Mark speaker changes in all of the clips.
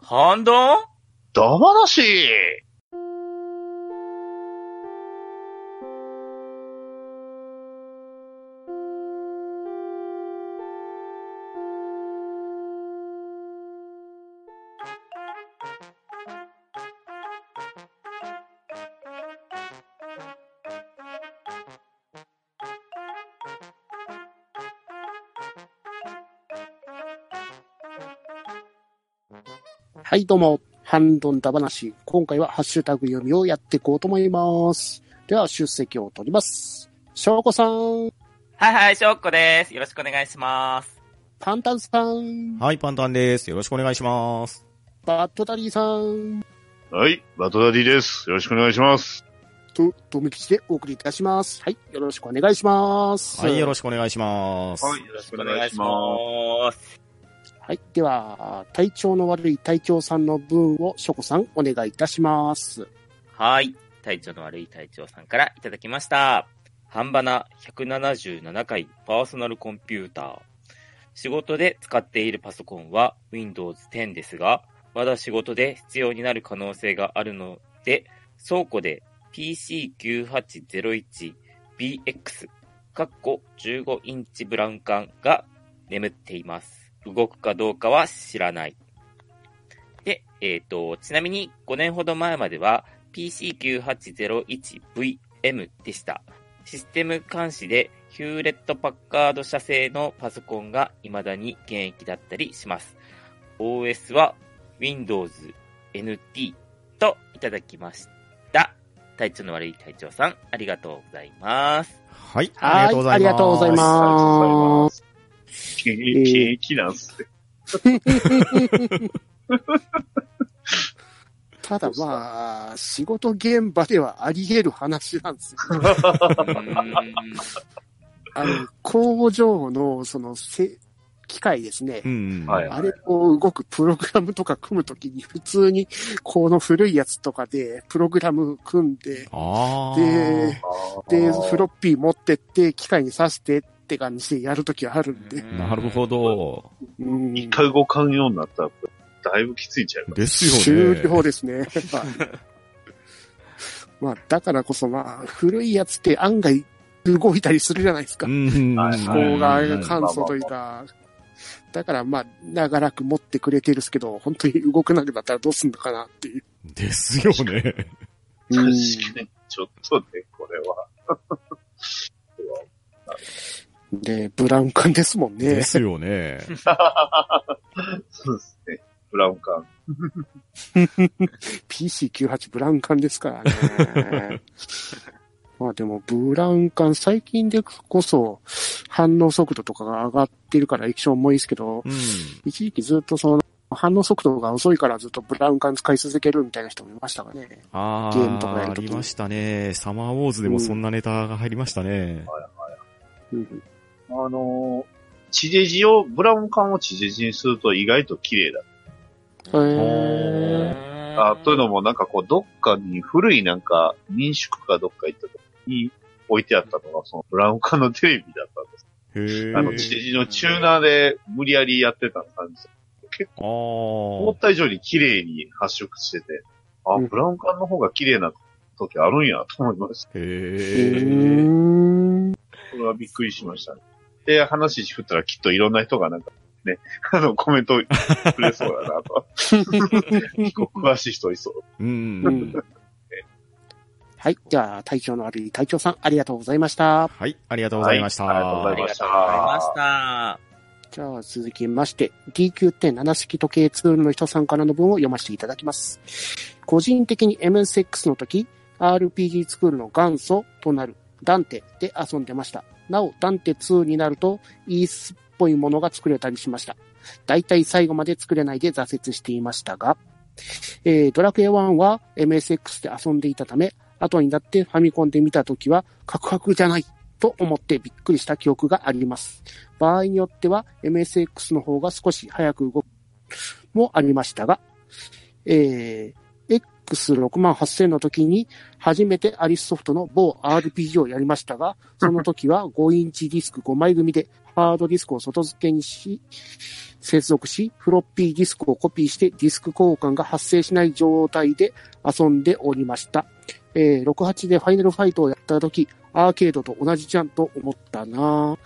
Speaker 1: 半ドン
Speaker 2: ダマなし
Speaker 3: はい、どうも。ハンドンダ話。今回はハッシュタグ読みをやっていこうと思います。では、出席を取ります。しょうこさん、
Speaker 1: はいはい、ショッコです。よろしくお願いします。。
Speaker 3: パンタンさん、
Speaker 4: はい、パンタンです。よろしくお願いします。
Speaker 3: バットダリーさん、
Speaker 2: はい、バトダディです。よろしくお願いします。
Speaker 3: と、とめきちでお送りいたします。はい、よろしくお願いします。
Speaker 4: はい、よろしくお願いします。
Speaker 2: はい、よろしくお願いします
Speaker 3: はい、では、体調の悪い隊長さんの分をしょこさん、お願いいたします。
Speaker 1: はい。体調の悪い隊長さんからいただきました。半ばな177回パーソナルコンピューター。仕事で使っているパソコンは Windows 10ですが、まだ仕事で必要になる可能性があるので、倉庫で PC9801BX、かっこ15インチブラウン管が眠っています。動くかどうかは知らない。で、えっ、と、ちなみに5年ほど前までは PC9801VM でした。システム監視でヒューレット・パッカード社製のパソコンが未だに現役だったりします。OS は Windows NT といただきました。体調の悪い隊長さん、ありがとうございます。
Speaker 4: はい、
Speaker 3: はい
Speaker 4: ありがとうございます。
Speaker 3: ありがとうございます
Speaker 2: ます。現役なんすって。
Speaker 3: ただまあ、仕事現場ではあり得る話なんですよ。
Speaker 1: うーん
Speaker 3: あの、工場の、その、せ、機械ですね。
Speaker 4: うん。
Speaker 2: はい
Speaker 3: あれを動くプログラムとか組むときに、普通に、この古いやつとかで、プログラム組んで、
Speaker 4: ああ。
Speaker 3: で、で、フ
Speaker 2: ッ
Speaker 3: ロッピー持ってって、機械に挿してって感じでやるときはあるんで。
Speaker 4: なるほ。ど。
Speaker 3: うん
Speaker 2: 一回動かんようになったら、だいぶきついんちゃうか
Speaker 4: ですよ
Speaker 3: 終
Speaker 4: ね。
Speaker 3: 了ですね。はいまあ、だからこそまあ、古いやつって案外動いたりするじゃないですか
Speaker 4: う。ん。
Speaker 2: はい
Speaker 3: 気候が
Speaker 2: うん
Speaker 3: 簡素というか、だからまあ、長らく持ってくれてるんですけど、本当に動かなくなったらどうすんのかなっていう。
Speaker 4: ですよ
Speaker 2: 確
Speaker 3: う
Speaker 4: ね。
Speaker 3: ん
Speaker 2: かに、ちょっとね、これは。
Speaker 3: で、ブラウン管ですもんね
Speaker 4: で。すよね。
Speaker 2: そうですね。ブラウン管。
Speaker 3: PC98 ブラウン管ですから ね。まあでも、ブラウン管、最近でこそ反応速度とかが上がってるから液晶もいいですけど、
Speaker 4: うん。
Speaker 3: 一時期ずっとその、反応速度が遅いからずっとブラウン管使い続けるみたいな人もいましたがね。
Speaker 4: あ
Speaker 3: ゲームとかや
Speaker 4: あ、
Speaker 3: る
Speaker 4: あ
Speaker 3: とき
Speaker 4: りましたね。サマーウォーズでもそんなネタが入りましたね。
Speaker 3: うん
Speaker 2: あのー、地デジを、ブラウン管を地デジにすると意外と綺麗だ。
Speaker 3: へー
Speaker 2: あという
Speaker 1: の。
Speaker 2: のもなんかこう、どっかに古いなんか民宿かどっか行った時に置いてあったのが、そのブラウン管のテレビだったんです。
Speaker 4: へえ。
Speaker 2: あの、地デジのチューナーで無理やりやってた感じ。結
Speaker 4: あ
Speaker 2: 構思
Speaker 4: ー
Speaker 2: った以上に綺麗に発色してて、あ、
Speaker 3: うん
Speaker 2: ブラウン管の方が綺麗な時あるんやと思いました。
Speaker 4: へえ。
Speaker 3: うーん
Speaker 2: これはびっくりしましたね。で、話し振ったらきっといろんな人がなんか、ね、 あの、コメントくれそうだな と。結構詳しい人いそう。
Speaker 4: うん。
Speaker 3: はい。じゃあ、体調の悪い隊長さん、ありがとうございました。
Speaker 4: はい、ありがとうございました。
Speaker 2: はいありがとうご
Speaker 1: あ
Speaker 2: ざ
Speaker 1: り
Speaker 2: い
Speaker 1: がとう
Speaker 2: ま
Speaker 1: ご
Speaker 2: した
Speaker 1: ざいました。
Speaker 3: じゃあ、続きまして、D9.7 式時計ツールの人さんからの文を読ませていただきます。個人的に MSX の時、RPG スクールの元祖となるダンテで遊んでました。なお、ダンテ2になると ES っぽいものが作れたりしました。だいたい最後まで作れないで挫折していましたが、えードラクエ1は MSX で遊んでいたため、後になってファミコンで見た時は、カクカクじゃないと思ってびっくりした記憶があります。場合によっては MSX の方が少し早く動くもありましたが、えー X68000 の時に初めてアリスソフトの某 RPG をやりましたが、その時は5インチディスク5枚組でハードディスクを外付けにし、接続し、フロッピーディスクをコピーしてディスク交換が発生しない状態で遊んでおりました。えー68でファイナルファイトをやった時、アーケードと同じじゃんと思ったなぁ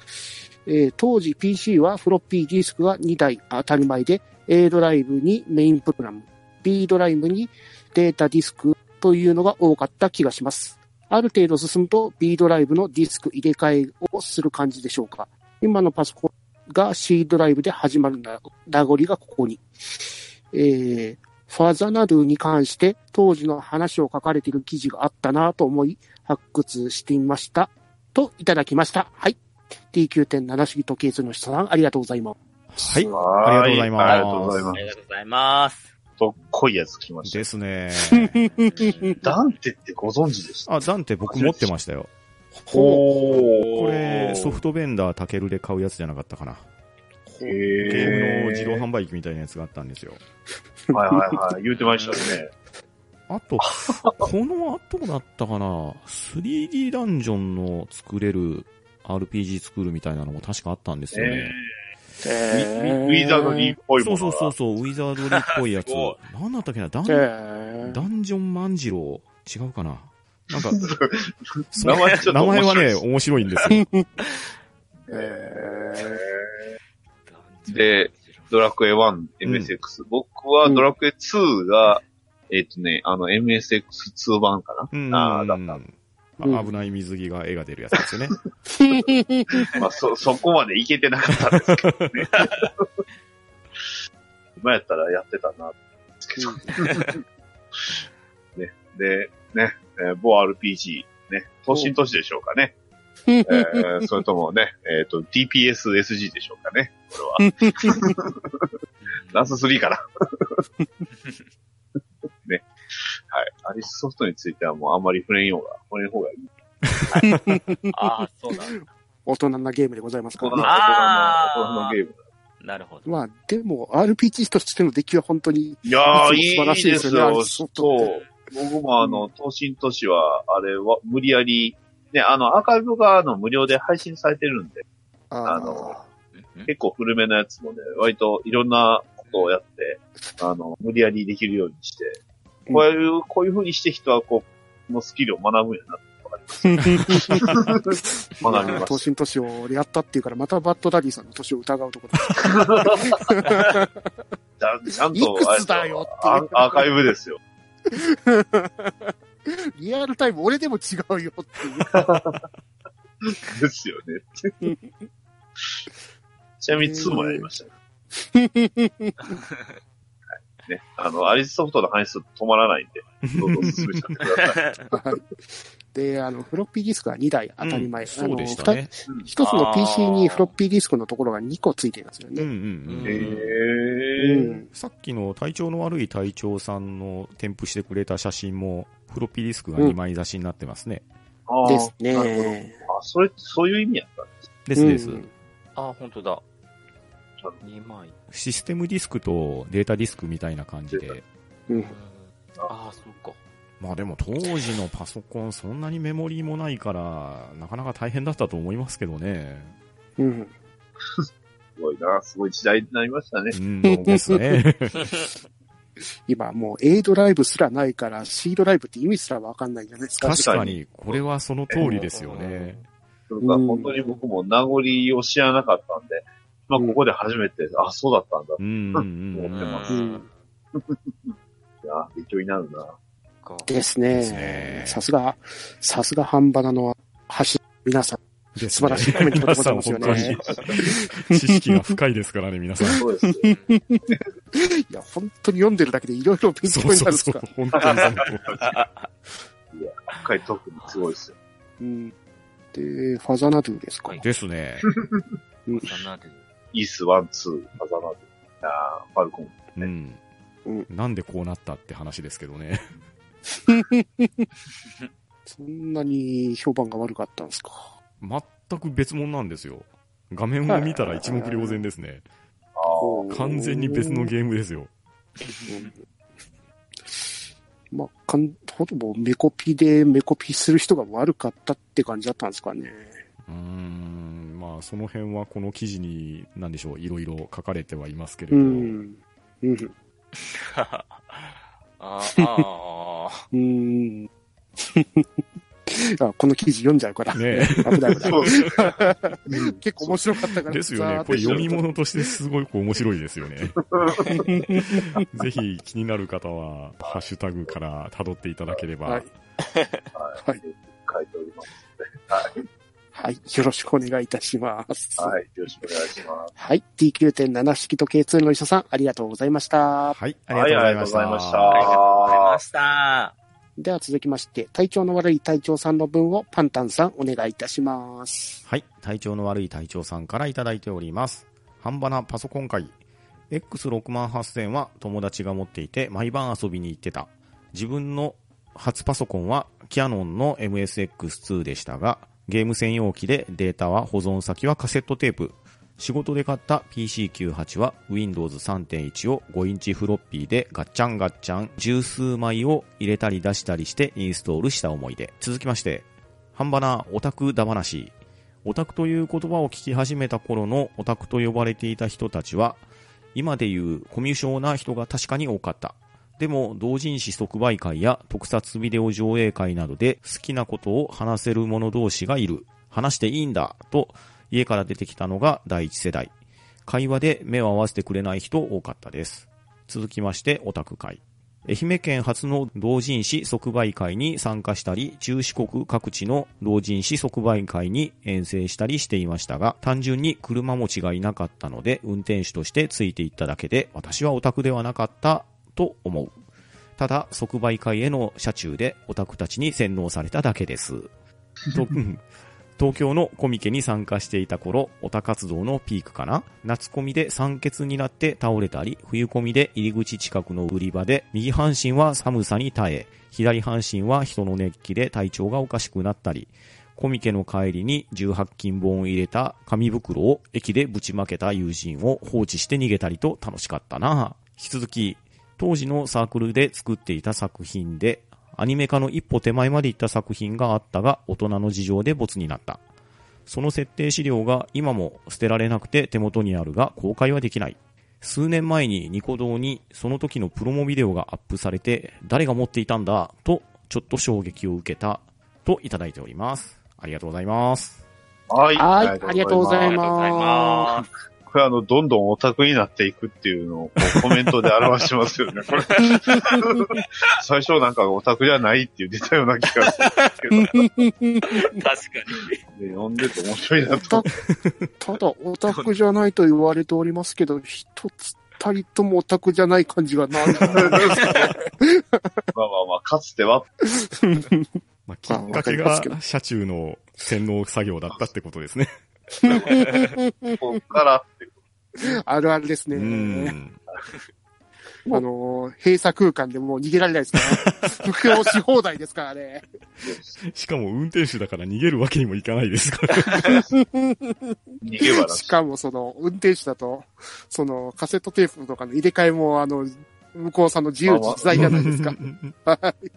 Speaker 3: えー当時 PC はフロッピーディスクが2台当たり前で、A ドライブにメインプログラム、B ドライブにデータディスクというのが多かった気がします。ある程度進むと B ドライブのディスク入れ替えをする感じでしょうか。今のパソコンが C ドライブで始まるな名残がここに。えーファザナドゥに関して当時の話を書かれている記事があったなと思い発掘してみました。といただきました。はい。T9.7 主義時計図の人さん、ありがとうございます。
Speaker 4: はい。
Speaker 2: はー
Speaker 4: ありがとうございます
Speaker 2: ありがとうござい
Speaker 1: あ
Speaker 2: ま
Speaker 1: りがとうございます。
Speaker 2: す。とっこいやつ来まし
Speaker 4: ですね。
Speaker 2: た。ダンテってご存知でした
Speaker 4: あ、ダンテ僕持ってましたよ。
Speaker 2: ほ
Speaker 4: これ、ソフトベンダータケルで買うやつじゃなかったかな。
Speaker 2: ゲ
Speaker 4: ゲームの自動販売機みたいなやつがあったんですよ。
Speaker 2: 販はいはいはい。言うてましたよね。
Speaker 4: あと、この後だったかな、3D ダンジョンの作れる RPG スクールみたいなのも確かあったんですよね。
Speaker 2: ウィウィザードリーっぽい
Speaker 4: そ
Speaker 2: も
Speaker 4: うそ
Speaker 2: の
Speaker 4: う
Speaker 2: が。
Speaker 4: そうそう、ウィザードリーっぽいやつ
Speaker 1: すご。
Speaker 4: なんだったっけな、ダン
Speaker 3: えー
Speaker 4: ダンジョン万次郎違うかなな んか、
Speaker 2: 名前ちょっ
Speaker 4: 名
Speaker 2: と
Speaker 4: 前
Speaker 2: 面
Speaker 4: は
Speaker 2: 白い
Speaker 4: ね、面白いんですよ。
Speaker 2: で、ドラクエ1、MSX。僕はドラクエ2が、えっとね、あの MSX2 版かな。
Speaker 4: うん
Speaker 2: あーだった
Speaker 4: あ危ない水着が絵が出るやつですよ ね。
Speaker 2: まあ、そ、そこまでいけてなかったんですけどね。 今やったらやってたな、ですけど。ね、で、ね、えー某 RPG、ね、都心都市でしょうか ね。えーそれともね、えっ、と、DPSSG でしょうかね。これは。ランス3かな。 ね。はい。アリスソフトについてはもうあんまり触れんようが、触れん方がいい。
Speaker 1: ああ、そう なんだ。
Speaker 3: 大人なゲームでございますか
Speaker 2: 大
Speaker 3: ら
Speaker 2: 人
Speaker 3: ね
Speaker 2: の、。
Speaker 1: あ
Speaker 2: 大人の
Speaker 1: ー
Speaker 2: ゲーム。
Speaker 1: なるほど。
Speaker 3: まあ、でも、RPG としての出来は本当に、
Speaker 2: いやー、い
Speaker 3: いつも素晴らし
Speaker 2: い
Speaker 3: い
Speaker 2: で
Speaker 3: ですす
Speaker 2: よ
Speaker 3: よねあれ
Speaker 2: そ
Speaker 3: そうう。
Speaker 2: 僕もあの、東進都市は、あれは、無理やり、ね、あの、アーカイブがあの無料で配信されてるんで、
Speaker 3: あ
Speaker 2: あの
Speaker 1: うん
Speaker 2: 結構古めのやつもね、割といろんなことをやって、あの、無理やりできるようにして、こういう、こういう風にして人はこう、このスキルを学ぶんやな。
Speaker 3: ま
Speaker 2: 学びま
Speaker 3: あ、
Speaker 2: す
Speaker 3: 都心都市をやったっていうから、またバッドダディさんの年を疑うところ
Speaker 2: ちゃんちゃん
Speaker 3: い
Speaker 2: と、
Speaker 3: くつだよって
Speaker 2: あれアアーカイブですよ。
Speaker 3: リアルタイム、俺でも違うよっていう。
Speaker 2: ですよ ね。ちなみに2もやりましたね。はいね、あの、アリスソフトの話すると止まらないんで、どうぞ進めちゃってください。
Speaker 3: はいで、あの、フロッピーディスクは2台当たり前。
Speaker 4: うんそうでしたね。
Speaker 3: 1つの PC に
Speaker 1: あー
Speaker 3: フロッピーディスクのところが2個ついてるんですよ
Speaker 4: うんう
Speaker 3: ね。
Speaker 4: ん
Speaker 2: へ
Speaker 4: うん。
Speaker 2: ー。
Speaker 4: さっきの体調の悪い隊長さんの添付してくれた写真も、フロッピーディスクが2枚差しになってますね。
Speaker 2: あー
Speaker 3: です
Speaker 2: なるほど。
Speaker 3: ね。
Speaker 2: あ、それ、そういう意味やったんですね
Speaker 4: ですです。
Speaker 3: うん
Speaker 1: ああ、本当だ。二枚。
Speaker 4: システムディスクとデータディスクみたいな感じで。
Speaker 3: うん
Speaker 1: ああ、そうか。
Speaker 4: まあでも当時のパソコンそんなにメモリーもないから、なかなか大変だったと思いますけ どね。
Speaker 3: うん。
Speaker 2: すごいな。すごい時代になりましたね。
Speaker 4: うん、ですね。
Speaker 3: 今、もう A ドライブすらないから、C ドライブって意味すらわかんないじゃないですか。
Speaker 4: 確かに、これはその通りですよね。
Speaker 2: それから本当に僕も名残を知らなかったんで、まあ、ここで初めて、あ、そうだったんだっ
Speaker 4: うん、うん、う。
Speaker 1: うん
Speaker 2: 思ってます
Speaker 3: うんん。
Speaker 2: てな、勉強になるな。
Speaker 1: か
Speaker 3: です
Speaker 4: ですね
Speaker 3: ね。さすが、さすが半端なの橋、皆さん、
Speaker 4: 素
Speaker 3: 素晴らしいコメントでございますよ
Speaker 4: 皆さん
Speaker 3: ね。
Speaker 4: 本当に 知識が深いですからね、皆さ ん。
Speaker 2: そうですよ。
Speaker 3: いや、本当に読んでるだけでいろいろ勉強
Speaker 4: そ
Speaker 3: に
Speaker 4: う
Speaker 3: なるん
Speaker 4: そ
Speaker 3: ですか。。
Speaker 4: うそう本当にそう
Speaker 2: 深い特にすごいですよ。
Speaker 3: うんで、ファザナドゥですか
Speaker 1: はい。
Speaker 4: ですね。
Speaker 1: そんなで
Speaker 2: イース1、2、アザナドゥ、あーファルコン。
Speaker 4: うん
Speaker 3: うん。
Speaker 4: なんでこうなったって話ですけどね。
Speaker 3: そんなに評判が悪かったんですか。
Speaker 4: 全く別物なんですよ。画面を見たら一目瞭然ですね。
Speaker 2: あ
Speaker 4: 完全に別の
Speaker 3: ー
Speaker 4: ゲームですよ。
Speaker 3: ム。まあ、かんほとんどメコピでメコピする人が悪かったって感じだったんですかね。
Speaker 4: うーん、まあ、その辺はこの記事に、なんでしょう、いろいろ書かれてはいますけれ
Speaker 3: う
Speaker 4: ど、
Speaker 3: ん。うん。
Speaker 1: ああ
Speaker 3: うん。あこの記事読んじゃうから。
Speaker 4: ね
Speaker 3: 危ない危ない
Speaker 2: そうですね。
Speaker 3: 結構面白かったから。
Speaker 4: ですよね。これ読み物としてすごく面白いで すよね。 ぜひ気になる方は、ハッシュタグから辿っていただければ。
Speaker 3: はい
Speaker 2: 書いております。
Speaker 3: はい。よろしくお願いいたします。はい。
Speaker 2: はい。よろしくお願いします。
Speaker 3: DQ.7 式と K2 の医者さん、ありがとうございました。
Speaker 4: はい、あ
Speaker 2: はい、ありがとうございました。
Speaker 1: ありがとうございました。
Speaker 3: では続きまして、体調の悪い隊長さんの分をパンタンさん、お願いいたします。
Speaker 4: はい、体調の悪い隊長さんからいただいております。半端なパソコン会。X6 万8000は友達が持っていて毎晩遊びに行ってた。自分の初パソコンはキヤノンの MSX2 でしたが、ゲーム専用機でデータは保存先はカセットテープ。仕事で買った PC98 は Windows 3.1を5インチフロッピーでガッチャンガッチャン十数枚を入れたり出したりしてインストールした思い出。続きまして、半端なオタクだ話。オタクという言葉を聞き始めた頃のオタクと呼ばれていた人たちは、今でいうコミュ障な人が確かに多かった。でも、同人誌即売会や特撮ビデオ上映会などで好きなことを話せる者同士がいる。話していいんだと家から出てきたのが第一世代。会話で目を合わせてくれない人多かったです。続きまして、オタク会。愛媛県初の同人誌即売会に参加したり、中四国各地の同人誌即売会に遠征したりしていましたが、単純に車持ちがいなかったので、運転手としてついていっただけで、私はオタクではなかったと思う。ただ、即売会への車中でオタクたちに洗脳されただけです。とうん東京のコミケに参加していた頃、オタ活動のピークかな夏コミで酸欠になって倒れたり、冬コミで入り口近くの売り場で、右半身は寒さに耐え、左半身は人の熱気で体調がおかしくなったり、コミケの帰りに18金本を入れた紙袋を駅でぶちまけた友人を放置して逃げたりと楽しかったな引き続き、当時のサークルで作っていた作品で、アニメ化の一歩手前まで行った作品があったが、大人の事情で没になった。その設定資料が今も捨てられなくて手元にあるが公開はできない。数年前にニコ動にその時のプロモビデオがアップされて、誰が持っていたんだと、ちょっと衝撃を受けた、といただいております。ありがとうございます。
Speaker 2: はい。
Speaker 3: はい、ありがとうござ
Speaker 1: あ
Speaker 3: い
Speaker 1: りがとうござい
Speaker 3: ま
Speaker 1: ます。
Speaker 2: これあの、どんどんオタクになっていくっていうのをこうコメントで表してますよね、これ。最初なんかオタクじゃないって言ってたような気がするんですけど、ね、
Speaker 1: 確かに。
Speaker 2: 読んでて面白いな
Speaker 3: す。
Speaker 2: と
Speaker 3: た。ただ、オタクじゃないと言われておりますけど、一つたりともオタクじゃない感じが ない。
Speaker 2: まあまあまあ、かつては、
Speaker 4: まあ、き
Speaker 3: まあ
Speaker 4: っかけ
Speaker 3: わかります
Speaker 4: が
Speaker 3: けど
Speaker 4: 車中の洗脳作業だったってことですね。
Speaker 2: ここからっていう
Speaker 3: あるあるです
Speaker 4: う
Speaker 3: ね。
Speaker 4: ん。
Speaker 3: あのー、閉鎖空間でもう逃げられないですから。 服用し放題ですからね。
Speaker 2: ことです。
Speaker 4: しかも運転手だから逃げるわけにもいかないですから。
Speaker 2: 逃げ場な
Speaker 3: しかもその、運転手だと、その、カセットテープとかの入れ替えも、あの、向こうさんの自由自在じゃ ないですか。
Speaker 1: あ、確かに。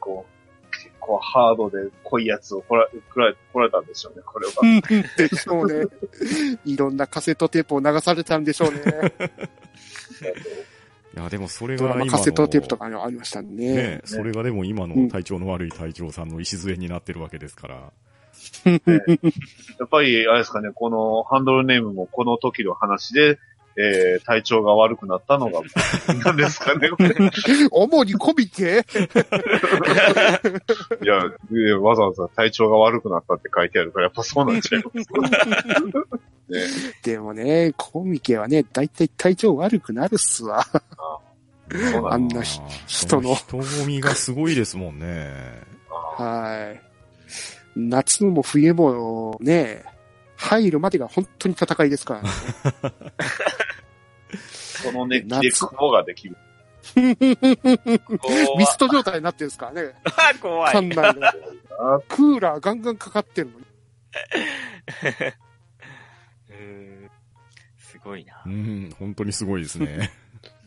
Speaker 2: こう、結構ハードで濃いやつをこら、こら、こられたんでしょうね、これは。
Speaker 3: でしょうね。いろんなカセットテープを流されたんでし ょうね。
Speaker 4: いや、でもそれ
Speaker 3: ド
Speaker 4: が
Speaker 3: ラマ
Speaker 4: 今の
Speaker 3: カセットテープとかにありましたね。
Speaker 4: ね、それがでも今の体調の悪い隊長さんの礎になってるわけですから。
Speaker 2: やっぱり、あれですかね、このハンドルネームもこの時の話で、えー、体調が悪くなったのが、なんですかね、これ。
Speaker 3: 主にコミケ
Speaker 2: いや、えわざわざ体調が悪くなったって書いてあるから、やっぱそうなっちゃい ます。ね、
Speaker 3: でもね、コミケはね、だいたい体調悪くなるっすわ。
Speaker 2: そうな
Speaker 3: あ
Speaker 2: ん
Speaker 3: ん
Speaker 2: だ。
Speaker 3: なひ
Speaker 4: あー
Speaker 3: 人の
Speaker 4: そ人混みがすごいですもんね。
Speaker 3: はい。夏も冬もね、入るまでが本当に戦いですから、ね。
Speaker 2: この熱気で雲ができる。
Speaker 1: 怖
Speaker 3: ミスト状態になってるんですからね。
Speaker 1: あ怖
Speaker 3: 館
Speaker 1: い。
Speaker 3: 内の。クーラーガンガンかかってるのに。
Speaker 1: うーんすごいな
Speaker 4: う。ん、本当にすごいですね。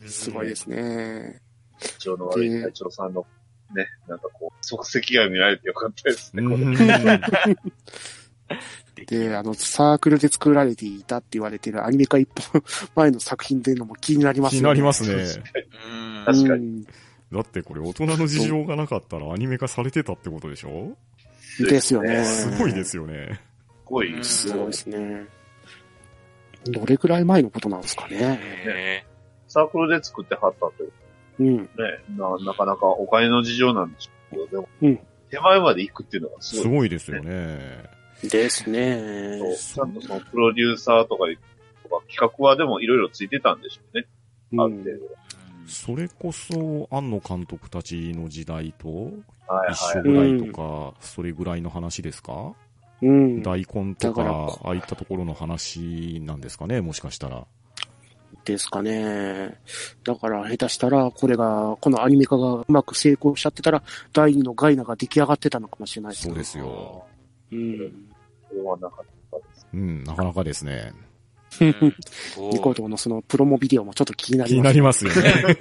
Speaker 3: すごいですね。
Speaker 2: 体調の悪い隊長さんの、ね、なんかこう、即席が見られてよかったですね、こ れ。
Speaker 3: で、あの、サークルで作られていたって言われてるアニメ化一本前の作品出るのも気になります。
Speaker 4: 気になりますすね。
Speaker 1: うん
Speaker 2: 確かに
Speaker 3: に。
Speaker 4: だってこれ大人の事情がなかったらアニメ化されてたってことでしょ
Speaker 3: ですよね。
Speaker 4: すごいですよ
Speaker 2: す
Speaker 4: ね。
Speaker 2: ごい、
Speaker 3: すごいですね。どれくらい前のことなんですかね。
Speaker 1: ね
Speaker 2: サークルで作ってはったという
Speaker 3: うん。
Speaker 2: ね、ななかなかお金の事情なんでしょうけど、でも、
Speaker 3: うん
Speaker 2: 手前まで行くっていうのがす
Speaker 4: す
Speaker 2: ごい。
Speaker 4: ごいですよね。
Speaker 3: ですね。
Speaker 2: ちゃんとそのプロデューサーとかにとか企画はでもいろいろついてたんでしょうね。ある程度。
Speaker 4: それこそ、庵野監督たちの時代と、
Speaker 2: はい
Speaker 4: 一緒
Speaker 2: は
Speaker 4: ぐらいとか、それぐらいの話ですか
Speaker 3: うん。
Speaker 4: 大根と
Speaker 3: だから
Speaker 4: か、ああいったところの話なんですかね、もしかしたら。
Speaker 3: ですかね。だから、下手したら、これが、このアニメ化がうまく成功しちゃってたら、第二のガイナが出来上がってたのかもしれないです
Speaker 4: そう
Speaker 3: ね。
Speaker 4: ですよ。
Speaker 3: うん。
Speaker 2: い。それはなかったです。
Speaker 4: うん、なかなかですね。
Speaker 1: うん
Speaker 3: ニコ動のそのプロモビデオもちょっと気にな
Speaker 4: 気
Speaker 3: り
Speaker 4: に
Speaker 3: ま
Speaker 4: な
Speaker 3: す。
Speaker 4: りますよね。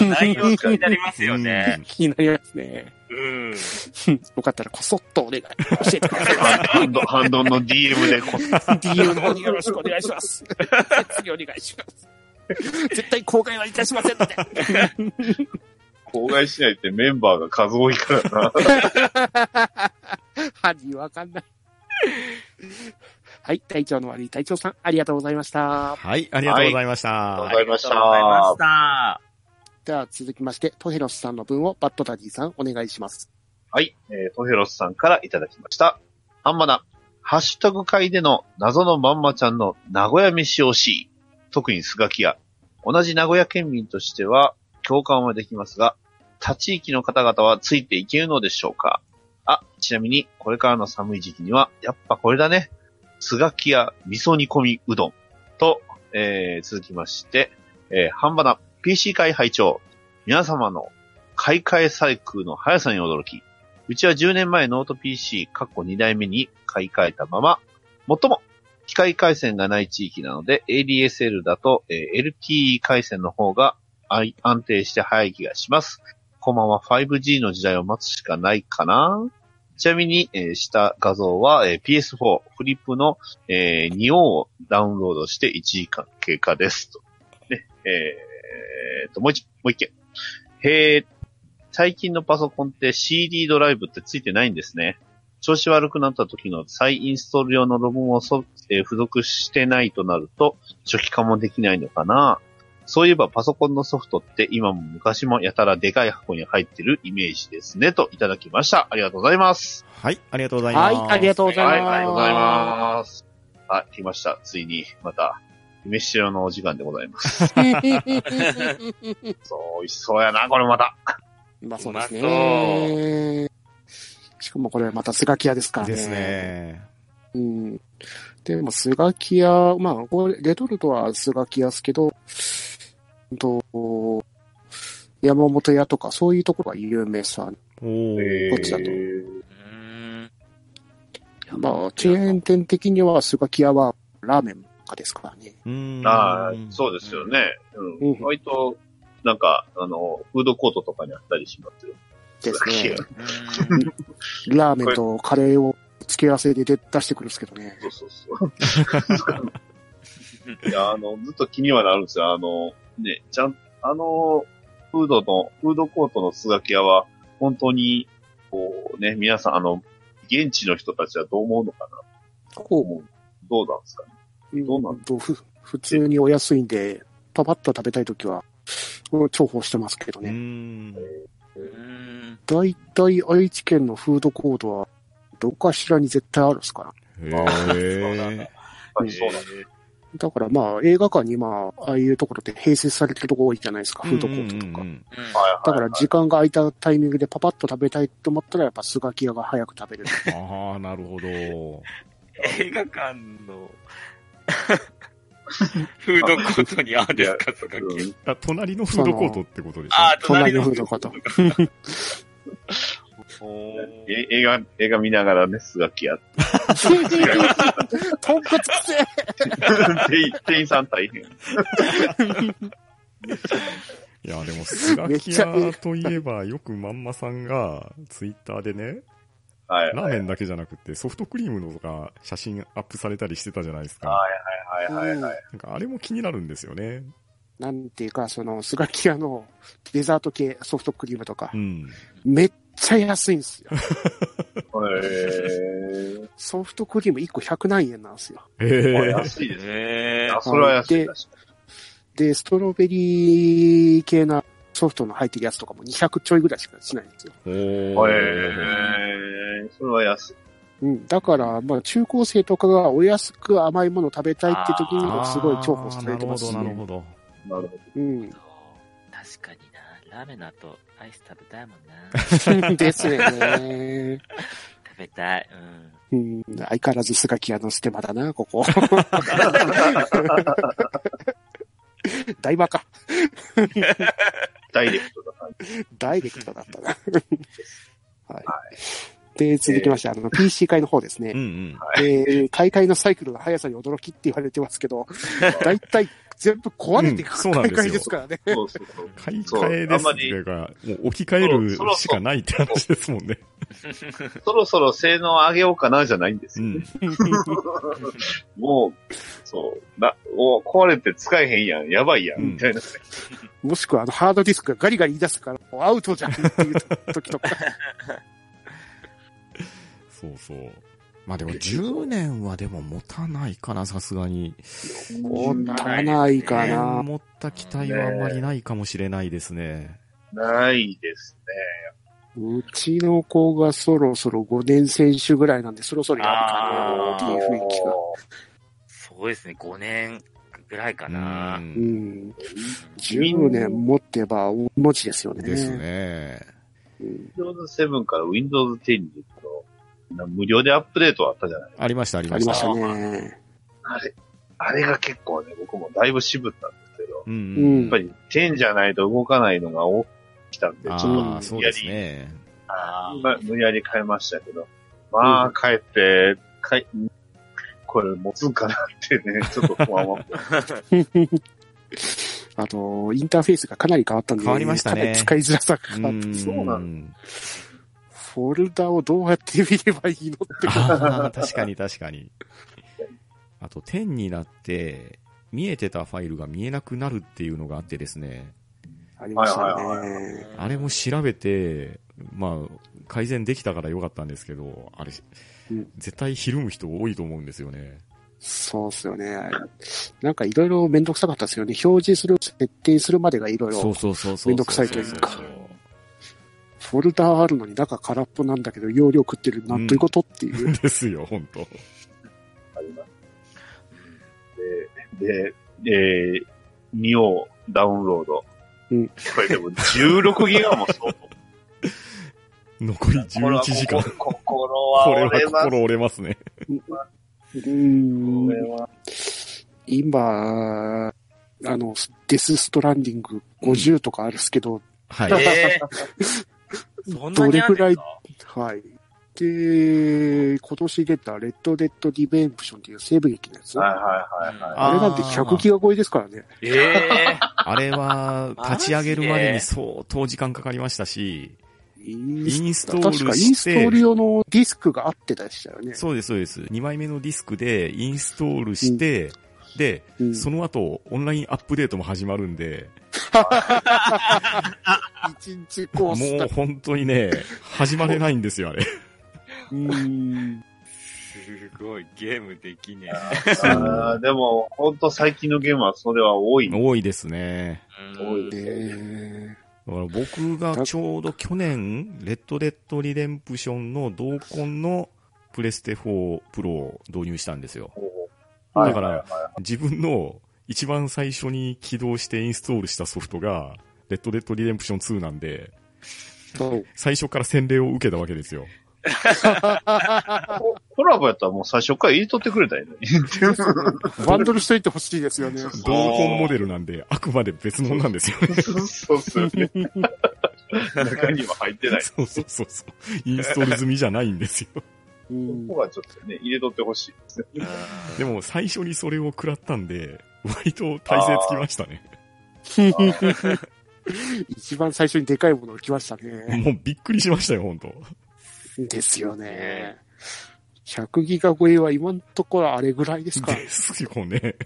Speaker 1: うん内容気になりますよね。
Speaker 3: 気になりますね。
Speaker 1: うん。
Speaker 3: よかったらこそっとお願い。教えて ください。
Speaker 2: ハンド、ハンドンの DM でこ
Speaker 3: DM の方によろしくお願いし ます。次お願いします。絶対公開はいたしませんの で。
Speaker 2: 公害しないってメンバーが数多いからな。
Speaker 3: 犯人わかんない。はい、隊長の悪い隊長さん、ありがとうございました。
Speaker 4: はい、ありがとうございました。
Speaker 2: あ
Speaker 1: あ
Speaker 2: りがとう
Speaker 1: りがと
Speaker 2: ございうました
Speaker 1: ございました。
Speaker 3: では続きまして、トヘロスさんの分をバットダディさん、お願いします。
Speaker 2: はい、えー、トヘロスさんからいただきました。ハンマナ、ハッシュタグ会での謎のまんまちゃんの名古屋飯をしい、特にスガキ屋。同じ名古屋県民としては共感はできますが、他地域の方々はついていけるのでしょうかあ、ちなみに、これからの寒い時期には、やっぱこれだね。スガキ屋味噌煮込みうどん。と、えー、続きまして、えー、ハンバナ、PC 会会長。皆様の買い替えサイクルの速さに驚き、うちは10年前ノート PC、過去2代目に買い替えたまま、もっとも、機械回線がない地域なので、ADSL だと、えー LTE 回線の方があい安定して早い気がします。こんばんは 5G の時代を待つしかないかなちなみに、えー下画像は、えー PS4 フリップの、えー、2をダウンロードして1時間経過です。とね、えー、と、もう一、もう一件。へー、最近のパソコンって CD ドライブってついてないんですね。調子悪くなった時の再インストール用のロムをそ、えー付属してないとなると、初期化もできないのかなそういえばパソコンのソフトって今も昔もやたらでかい箱に入ってるイメージですね、といただきました。ありがとうございます。
Speaker 4: はい、ありがとうございま
Speaker 3: は
Speaker 4: す。
Speaker 3: い、ありがとうございます。
Speaker 2: はい、ありがとうございます。あ、来ました。ついに、また、梅塩のお時間でございます。 そう、美味しそうやな、これまた。
Speaker 3: うまそうですね。しかもこれまたスガキ屋ですからね。
Speaker 4: です。ね。
Speaker 3: うん。でもスガキ屋、まあ、これ、レトルトはスガキ屋ですけど、うんと、山本屋とかそういうところが有名さ。
Speaker 4: おー。
Speaker 3: こっちだと
Speaker 1: うん。
Speaker 3: まあ、チェーン店的にはスガキ屋はラーメンかですからね。
Speaker 4: うーん
Speaker 2: ああ、そうですよね。うん。
Speaker 3: うん
Speaker 2: 割と、なんか、あの、フードコートとかにあったりしますよ。
Speaker 3: です
Speaker 2: い
Speaker 3: ね
Speaker 2: や。
Speaker 1: うん
Speaker 3: ラーメンとカレーを付け合わせで出してくるんですけどね。
Speaker 2: そうそうそう。いや、あの、ずっと気にはなるんですよ。あの、ね、ちゃん、あの、フードの、フードコートのスガキ屋は、本当に、こうね、皆さん、あの、現地の人たちはどう思うのかな
Speaker 3: こ
Speaker 2: 思うどうなんですかね。
Speaker 3: うん
Speaker 2: どうなん
Speaker 3: とふ普通にお安いんで、パパッと食べたいときは、うん重宝してますけど
Speaker 4: うー
Speaker 3: ね。
Speaker 4: ん。
Speaker 1: うん
Speaker 3: だいたい愛知県のフードコートは、どこかしらに絶対あるんですから。
Speaker 2: そ
Speaker 4: へ
Speaker 2: うなん
Speaker 4: ー
Speaker 2: だ。やっぱりそうなんです。
Speaker 3: だからまあ、映画館にまあ、ああいうところって併設されてるとこ多いじゃないですか、フードコートと
Speaker 4: う
Speaker 3: か
Speaker 4: んう。ん
Speaker 2: はいはい。
Speaker 3: だから時間が空いたタイミングでパパッと食べたいと思ったら、やっぱスガキ屋が早く食べ れる。
Speaker 4: うんああ、なるほど。
Speaker 1: 映画館のフードコートにあるんですか、そ
Speaker 2: うん
Speaker 1: の
Speaker 4: あ隣のフードコートってことでしょ
Speaker 1: あー、
Speaker 3: 隣のフードコート。
Speaker 1: おー
Speaker 2: え映画、映画見ながらね、スガキ屋って。
Speaker 3: 豚骨くせえ
Speaker 2: 店員店員さん大変。
Speaker 4: いや、でも、スガキ屋といえば、よくまんまさんが、ツイッターでね、
Speaker 2: はい。
Speaker 4: ラーメンだけじゃなくて、ソフトクリームのとか、写真アップされたりしてたじゃないですか。
Speaker 2: はいはいはいはい。
Speaker 4: なんか、あれも気になるんですよね。
Speaker 3: なんていうか、その、スガキ屋のデザート系ソフトクリームとか
Speaker 4: う、ん。
Speaker 3: めっちゃ安いんです よ。
Speaker 2: えー
Speaker 3: ソフトクリーム1個100何円なんですよ。
Speaker 4: へ
Speaker 2: あ
Speaker 4: え。
Speaker 2: 安いですね。
Speaker 1: え
Speaker 2: あ、それは安い。確か
Speaker 3: で、ストロベリー系なソフトの入ってるやつとかも200ちょいぐらいしかしないんですよ。
Speaker 4: お
Speaker 2: に
Speaker 4: ー
Speaker 2: えーそれは安い。
Speaker 3: うん。だから、まあ、中高生とかがお安く甘いもの食べたいって時にもすごい重宝されてますし
Speaker 4: あーなる
Speaker 3: ね。
Speaker 4: ほど、な
Speaker 2: な
Speaker 4: るほど。
Speaker 2: るほど。
Speaker 3: うん。
Speaker 1: 確かにな。ラーメンの後、アイス食べたいもんな。
Speaker 3: ですよね。
Speaker 1: 食べたい。うん。
Speaker 3: うん。相変わらずスガキ屋のステマだな、こ こ。 大バカ。
Speaker 2: ダイレクトな感じ。
Speaker 3: ダイレクトだった な。はい。で、続きまして、あの、PC 会の方ですね
Speaker 4: うん。うん。
Speaker 3: えー、大会のサイクルの速さに驚きって言われてますけ ど、大体全部壊れてい
Speaker 4: うん
Speaker 3: く
Speaker 4: そうなん
Speaker 3: 大
Speaker 4: ですよ
Speaker 3: 会ですからね。
Speaker 2: そうそうそう。
Speaker 4: 買い替え
Speaker 2: そうあ
Speaker 4: で
Speaker 2: ん
Speaker 4: す
Speaker 2: ま
Speaker 4: っ
Speaker 2: り
Speaker 4: ていうか、もう置き換える
Speaker 2: そうそうそう
Speaker 4: しかないって話ですもんね。
Speaker 2: そろそろ性能上げようかなじゃないんです
Speaker 4: う
Speaker 2: よね。
Speaker 4: ん。
Speaker 2: もう、そう、な、お壊れて使えへんやん、やばいやん、みたいな。
Speaker 3: もしくは、あの、ハードディスクがガリガリ言い出すから、もうアウトじゃんっていう時 とか。
Speaker 4: そうそう。まあでも10年はでも持たないかな、さすがに。
Speaker 3: 持たないかな。
Speaker 4: 持った機体はあんまりないかもしれないですね。
Speaker 2: ないです
Speaker 3: うちの子がそろそろ5年選手ぐらいなんで、そろそろやるかなって
Speaker 1: あ
Speaker 2: ね。
Speaker 3: いう雰囲気が。
Speaker 1: そうですね、5年ぐらいか
Speaker 4: う。
Speaker 1: な。
Speaker 3: うんん。10年持ってば大文字ですよね。
Speaker 4: ですね。
Speaker 3: うん。
Speaker 2: Windows 7から Windows 10に行くと、な無料でアップデートあったじゃない
Speaker 4: ありました、あり
Speaker 3: あ
Speaker 4: ま
Speaker 3: り
Speaker 4: し
Speaker 3: ま
Speaker 4: た。
Speaker 3: したね。
Speaker 2: あれ、あれが結構ね、僕もだいぶ渋ったんですけど、
Speaker 4: うん
Speaker 3: う
Speaker 4: うん
Speaker 2: やっぱり10じゃないと動かないのが多きたんで、ちょっと
Speaker 4: ああ、そ
Speaker 2: 無
Speaker 4: う
Speaker 2: 理や
Speaker 4: です
Speaker 2: り、
Speaker 4: ね。
Speaker 1: あ
Speaker 2: まあ無理やり変えましたけど、まあ、帰って、かいこれ持つんかなってね、 ちょっと不安は。
Speaker 3: あと、インターフェースがかなり変わったんで、
Speaker 4: 変わりましたね
Speaker 3: かなり使いづらさが変わった。
Speaker 2: そうなん
Speaker 3: フォルダをどうやって見ればいいのって。
Speaker 4: ああ、 確かに確かに。あと、10になって、見えてたファイルが見えなくなるっていうのがあってですね。
Speaker 3: ありました
Speaker 2: はいはい
Speaker 3: ね。
Speaker 4: あれも調べて、まあ、改善できたからよかったんですけど、あれ
Speaker 3: うん、
Speaker 4: 絶対ひるむ人多いと思うんですよね。
Speaker 3: そうっすよね。なんかいろいろめんどくさかったですよね。表示する、設定するまでがいろい
Speaker 4: そう
Speaker 3: ろ。
Speaker 4: そうそうそう。
Speaker 3: めんどくさいというか
Speaker 4: そう
Speaker 3: フォルダあるのに中空っぽなんだけど、容量食ってる。なんということっていう。
Speaker 4: そうですよ、本当
Speaker 2: あります。で、で、えー、見よう、ダウンロード。
Speaker 3: うん
Speaker 2: これでも16ギガも そう。
Speaker 4: 残り11時間。
Speaker 2: こ心は
Speaker 4: これ
Speaker 2: 折れ
Speaker 4: は
Speaker 2: ます。
Speaker 4: 心折れますね。
Speaker 3: うん
Speaker 2: これは
Speaker 3: 今、あの、デスストランディング50とかあるっすけど、
Speaker 4: は
Speaker 1: ー
Speaker 4: い。
Speaker 1: えー、そんな
Speaker 3: ど
Speaker 1: に
Speaker 3: れ
Speaker 1: ある
Speaker 3: ぐ
Speaker 1: んです
Speaker 3: らい
Speaker 1: か、
Speaker 3: はい。で、今年出たレッド・レッド・ディベンプションっていう西部劇のやつ。
Speaker 2: はい
Speaker 3: あ
Speaker 2: はいはいは
Speaker 4: あ
Speaker 3: れなんて100ギガ超えですからね。
Speaker 1: ええ
Speaker 4: あれは、
Speaker 1: マジで
Speaker 4: 立ち上げるまでに相当時間かかりましたし、
Speaker 3: イ
Speaker 4: インストール
Speaker 3: 確かイン
Speaker 4: し
Speaker 3: ストール
Speaker 4: て、
Speaker 3: 用のディスクがあってでしたよね。
Speaker 4: そうです、そうです。2枚目のディスクでインストールして、で、
Speaker 3: うん
Speaker 4: その後、オンラインアップデートも始まるんで、
Speaker 3: 一日コース
Speaker 4: もう本当にね、始まれないんですよ、あ れ。
Speaker 3: うん。
Speaker 1: すごい、ゲームできね
Speaker 2: い。あーでも、ほんと最近のゲームはそれは多い。
Speaker 4: 多いですね。
Speaker 1: え。
Speaker 2: 多い
Speaker 3: で、
Speaker 4: だから僕がちょうど去年、レッドデッドリデンプションの同梱のプレステ4プロを導入したんですよ。
Speaker 2: は
Speaker 4: だ
Speaker 2: い
Speaker 4: か
Speaker 2: はい
Speaker 4: ら、自分の一番最初に起動してインストールしたソフトが、レッドデッドリデンプション2なんで、
Speaker 3: そう。
Speaker 4: 最初から洗礼を受けたわけですよ。
Speaker 2: ココラボやったらもう最初から入れとってくれたらいい のに。
Speaker 3: バンドルしといてほしいですよね。
Speaker 4: 同梱モデルなんで、あくまで別物なんですよね。
Speaker 2: そうっすよね。中には入ってない。
Speaker 4: そうそうそうそう。インストール済みじゃないんですよ。
Speaker 3: う
Speaker 2: そ
Speaker 3: ん
Speaker 2: こはちょっとね、入れとってほしいですね。
Speaker 4: でも最初にそれを食らったんで、割と体勢つきましたね。
Speaker 3: 一番最初にでかいものが来ましたね。
Speaker 4: もうびっくりしましたよ、本当
Speaker 3: ですよね。100ギガ超えは今のところあれぐらいですか、
Speaker 4: ですよね。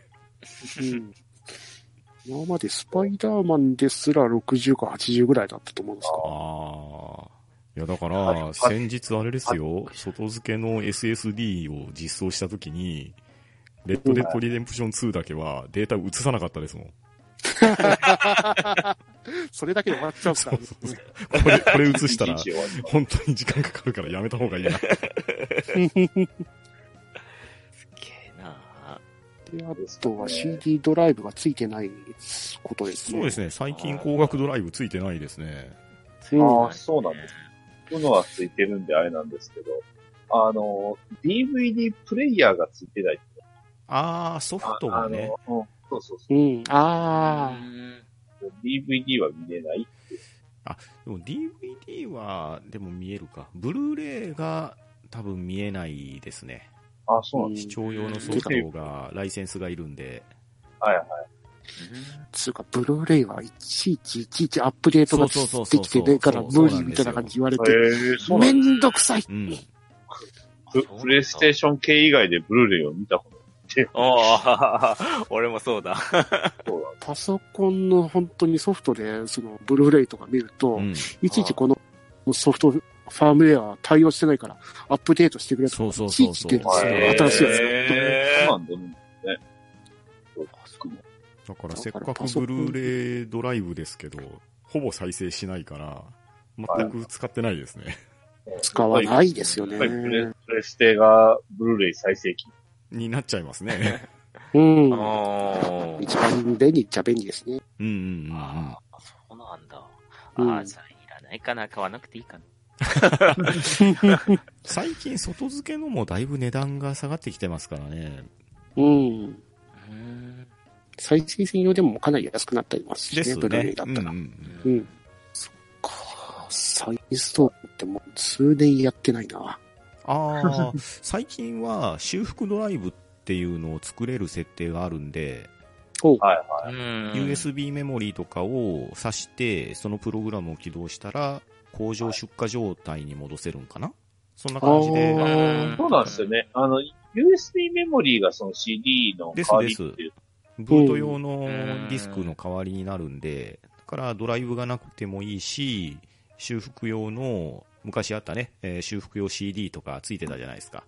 Speaker 3: うん、 今までスパイダーマンですら60か80ぐらいだったと思うんです
Speaker 4: ああ。いや、だか
Speaker 2: は
Speaker 4: ら、
Speaker 2: い
Speaker 4: 先日あれですよ、外付けの SSD を実装したときに、レッドデッドリデンプション2だけはデータ移さなかったですもん。
Speaker 3: けど、それだけで終わっちゃうから、ね。
Speaker 4: こ れ、これ移したら
Speaker 2: 一、日終わり
Speaker 4: 本当に時間かかるからやめた方がいいな。
Speaker 1: すげえな
Speaker 3: で、あとは CD ドライブがついてないことですね。
Speaker 4: そうですね、最近光学ドライブついてないですね。
Speaker 3: うん
Speaker 2: ああ、そうなんです。そういうのはついてるんであれなんですけど、あの、DVD プレイヤーがついてないってこ
Speaker 4: ああ、ソフ
Speaker 2: と
Speaker 4: トがね。
Speaker 2: あの、うん、そうそうそうう。
Speaker 3: ん。
Speaker 1: あ
Speaker 3: ああ。
Speaker 2: DVD は見れない。
Speaker 4: でも DVD は、でも見えるか。ブルーレイが多分見えないですね。
Speaker 2: ああ、そうなんです。
Speaker 4: 視聴用のソフトが、ライセンスがいるんで。
Speaker 2: はいはい。
Speaker 3: つうか、ブルーレイはいちいちいちいちアップデートが
Speaker 4: そうそうそう
Speaker 3: で
Speaker 4: そ
Speaker 3: き
Speaker 4: う
Speaker 3: てねえから
Speaker 4: そう
Speaker 3: 無
Speaker 4: な
Speaker 3: 理
Speaker 4: ん
Speaker 3: み
Speaker 4: です
Speaker 3: た
Speaker 4: よ
Speaker 3: いな感じ言われ
Speaker 2: え
Speaker 3: て、
Speaker 2: ー、そうな
Speaker 3: め
Speaker 2: んで
Speaker 3: んどくさい。
Speaker 4: うん。
Speaker 2: すププレイステーション系以外でブルーレイを見たこと
Speaker 1: ああ、 俺もそうだ。
Speaker 2: そうなんで
Speaker 3: パソコンの本当にソフトで、そのブルーレイとか見ると
Speaker 4: う、ん
Speaker 3: いちいちこのソフト、ファームウェアは対応してないから、アップデートしてくれとか、
Speaker 4: そうそう
Speaker 3: いち
Speaker 4: そ
Speaker 3: いうち
Speaker 4: そう。
Speaker 3: 出るんで
Speaker 2: へー
Speaker 3: すよ新しいやつ
Speaker 2: す。
Speaker 1: え
Speaker 2: そうなんだね。ねそう僕も
Speaker 4: だからせっかくブルーレイドライブですけど、ほぼ再生しないから、全く使ってないですね。
Speaker 3: 使わないですよ
Speaker 2: やっぱりプレ
Speaker 3: ね。
Speaker 2: プレステがブルーレイ最盛期。
Speaker 4: になっちゃいますね。
Speaker 3: うん。
Speaker 1: あ
Speaker 3: 一番便利っちゃ便利ですね。
Speaker 4: うんうんうんうん。
Speaker 1: ああ、そうなんだ。
Speaker 3: うん
Speaker 1: ああ、じゃあいらないかな、買わなくていいかな。
Speaker 4: 最近外付けのもだいぶ値段が下がってきてますからね。
Speaker 3: うん。
Speaker 1: うーん。
Speaker 3: 再生専用でもかなり安くなっていますし
Speaker 4: で
Speaker 3: ね、
Speaker 4: す
Speaker 3: ブルーレイ
Speaker 4: ね。
Speaker 3: だ
Speaker 4: う
Speaker 3: っ
Speaker 4: ん
Speaker 3: た
Speaker 4: う
Speaker 3: ら。
Speaker 4: ん
Speaker 3: うん。そっか。再ストアってもう数年やってないな。
Speaker 4: ああ、 最近は修復ドライブっていうのを作れる設定があるんで、
Speaker 2: はいは
Speaker 1: うん。
Speaker 4: USB メモリーとかを挿して、そのプログラムを起動したら、工場出荷状態に戻せるんかなそんな感じで。
Speaker 3: あー
Speaker 2: い。そうなんですよね。あの、USB メモリーがその CD の代わりって
Speaker 4: です
Speaker 2: いう。
Speaker 4: ブート用のディスクの代わりになるんで、だからドライブがなくてもいいし、修復用の、昔あったね、えー修復用 CD とかついてたじゃないですか。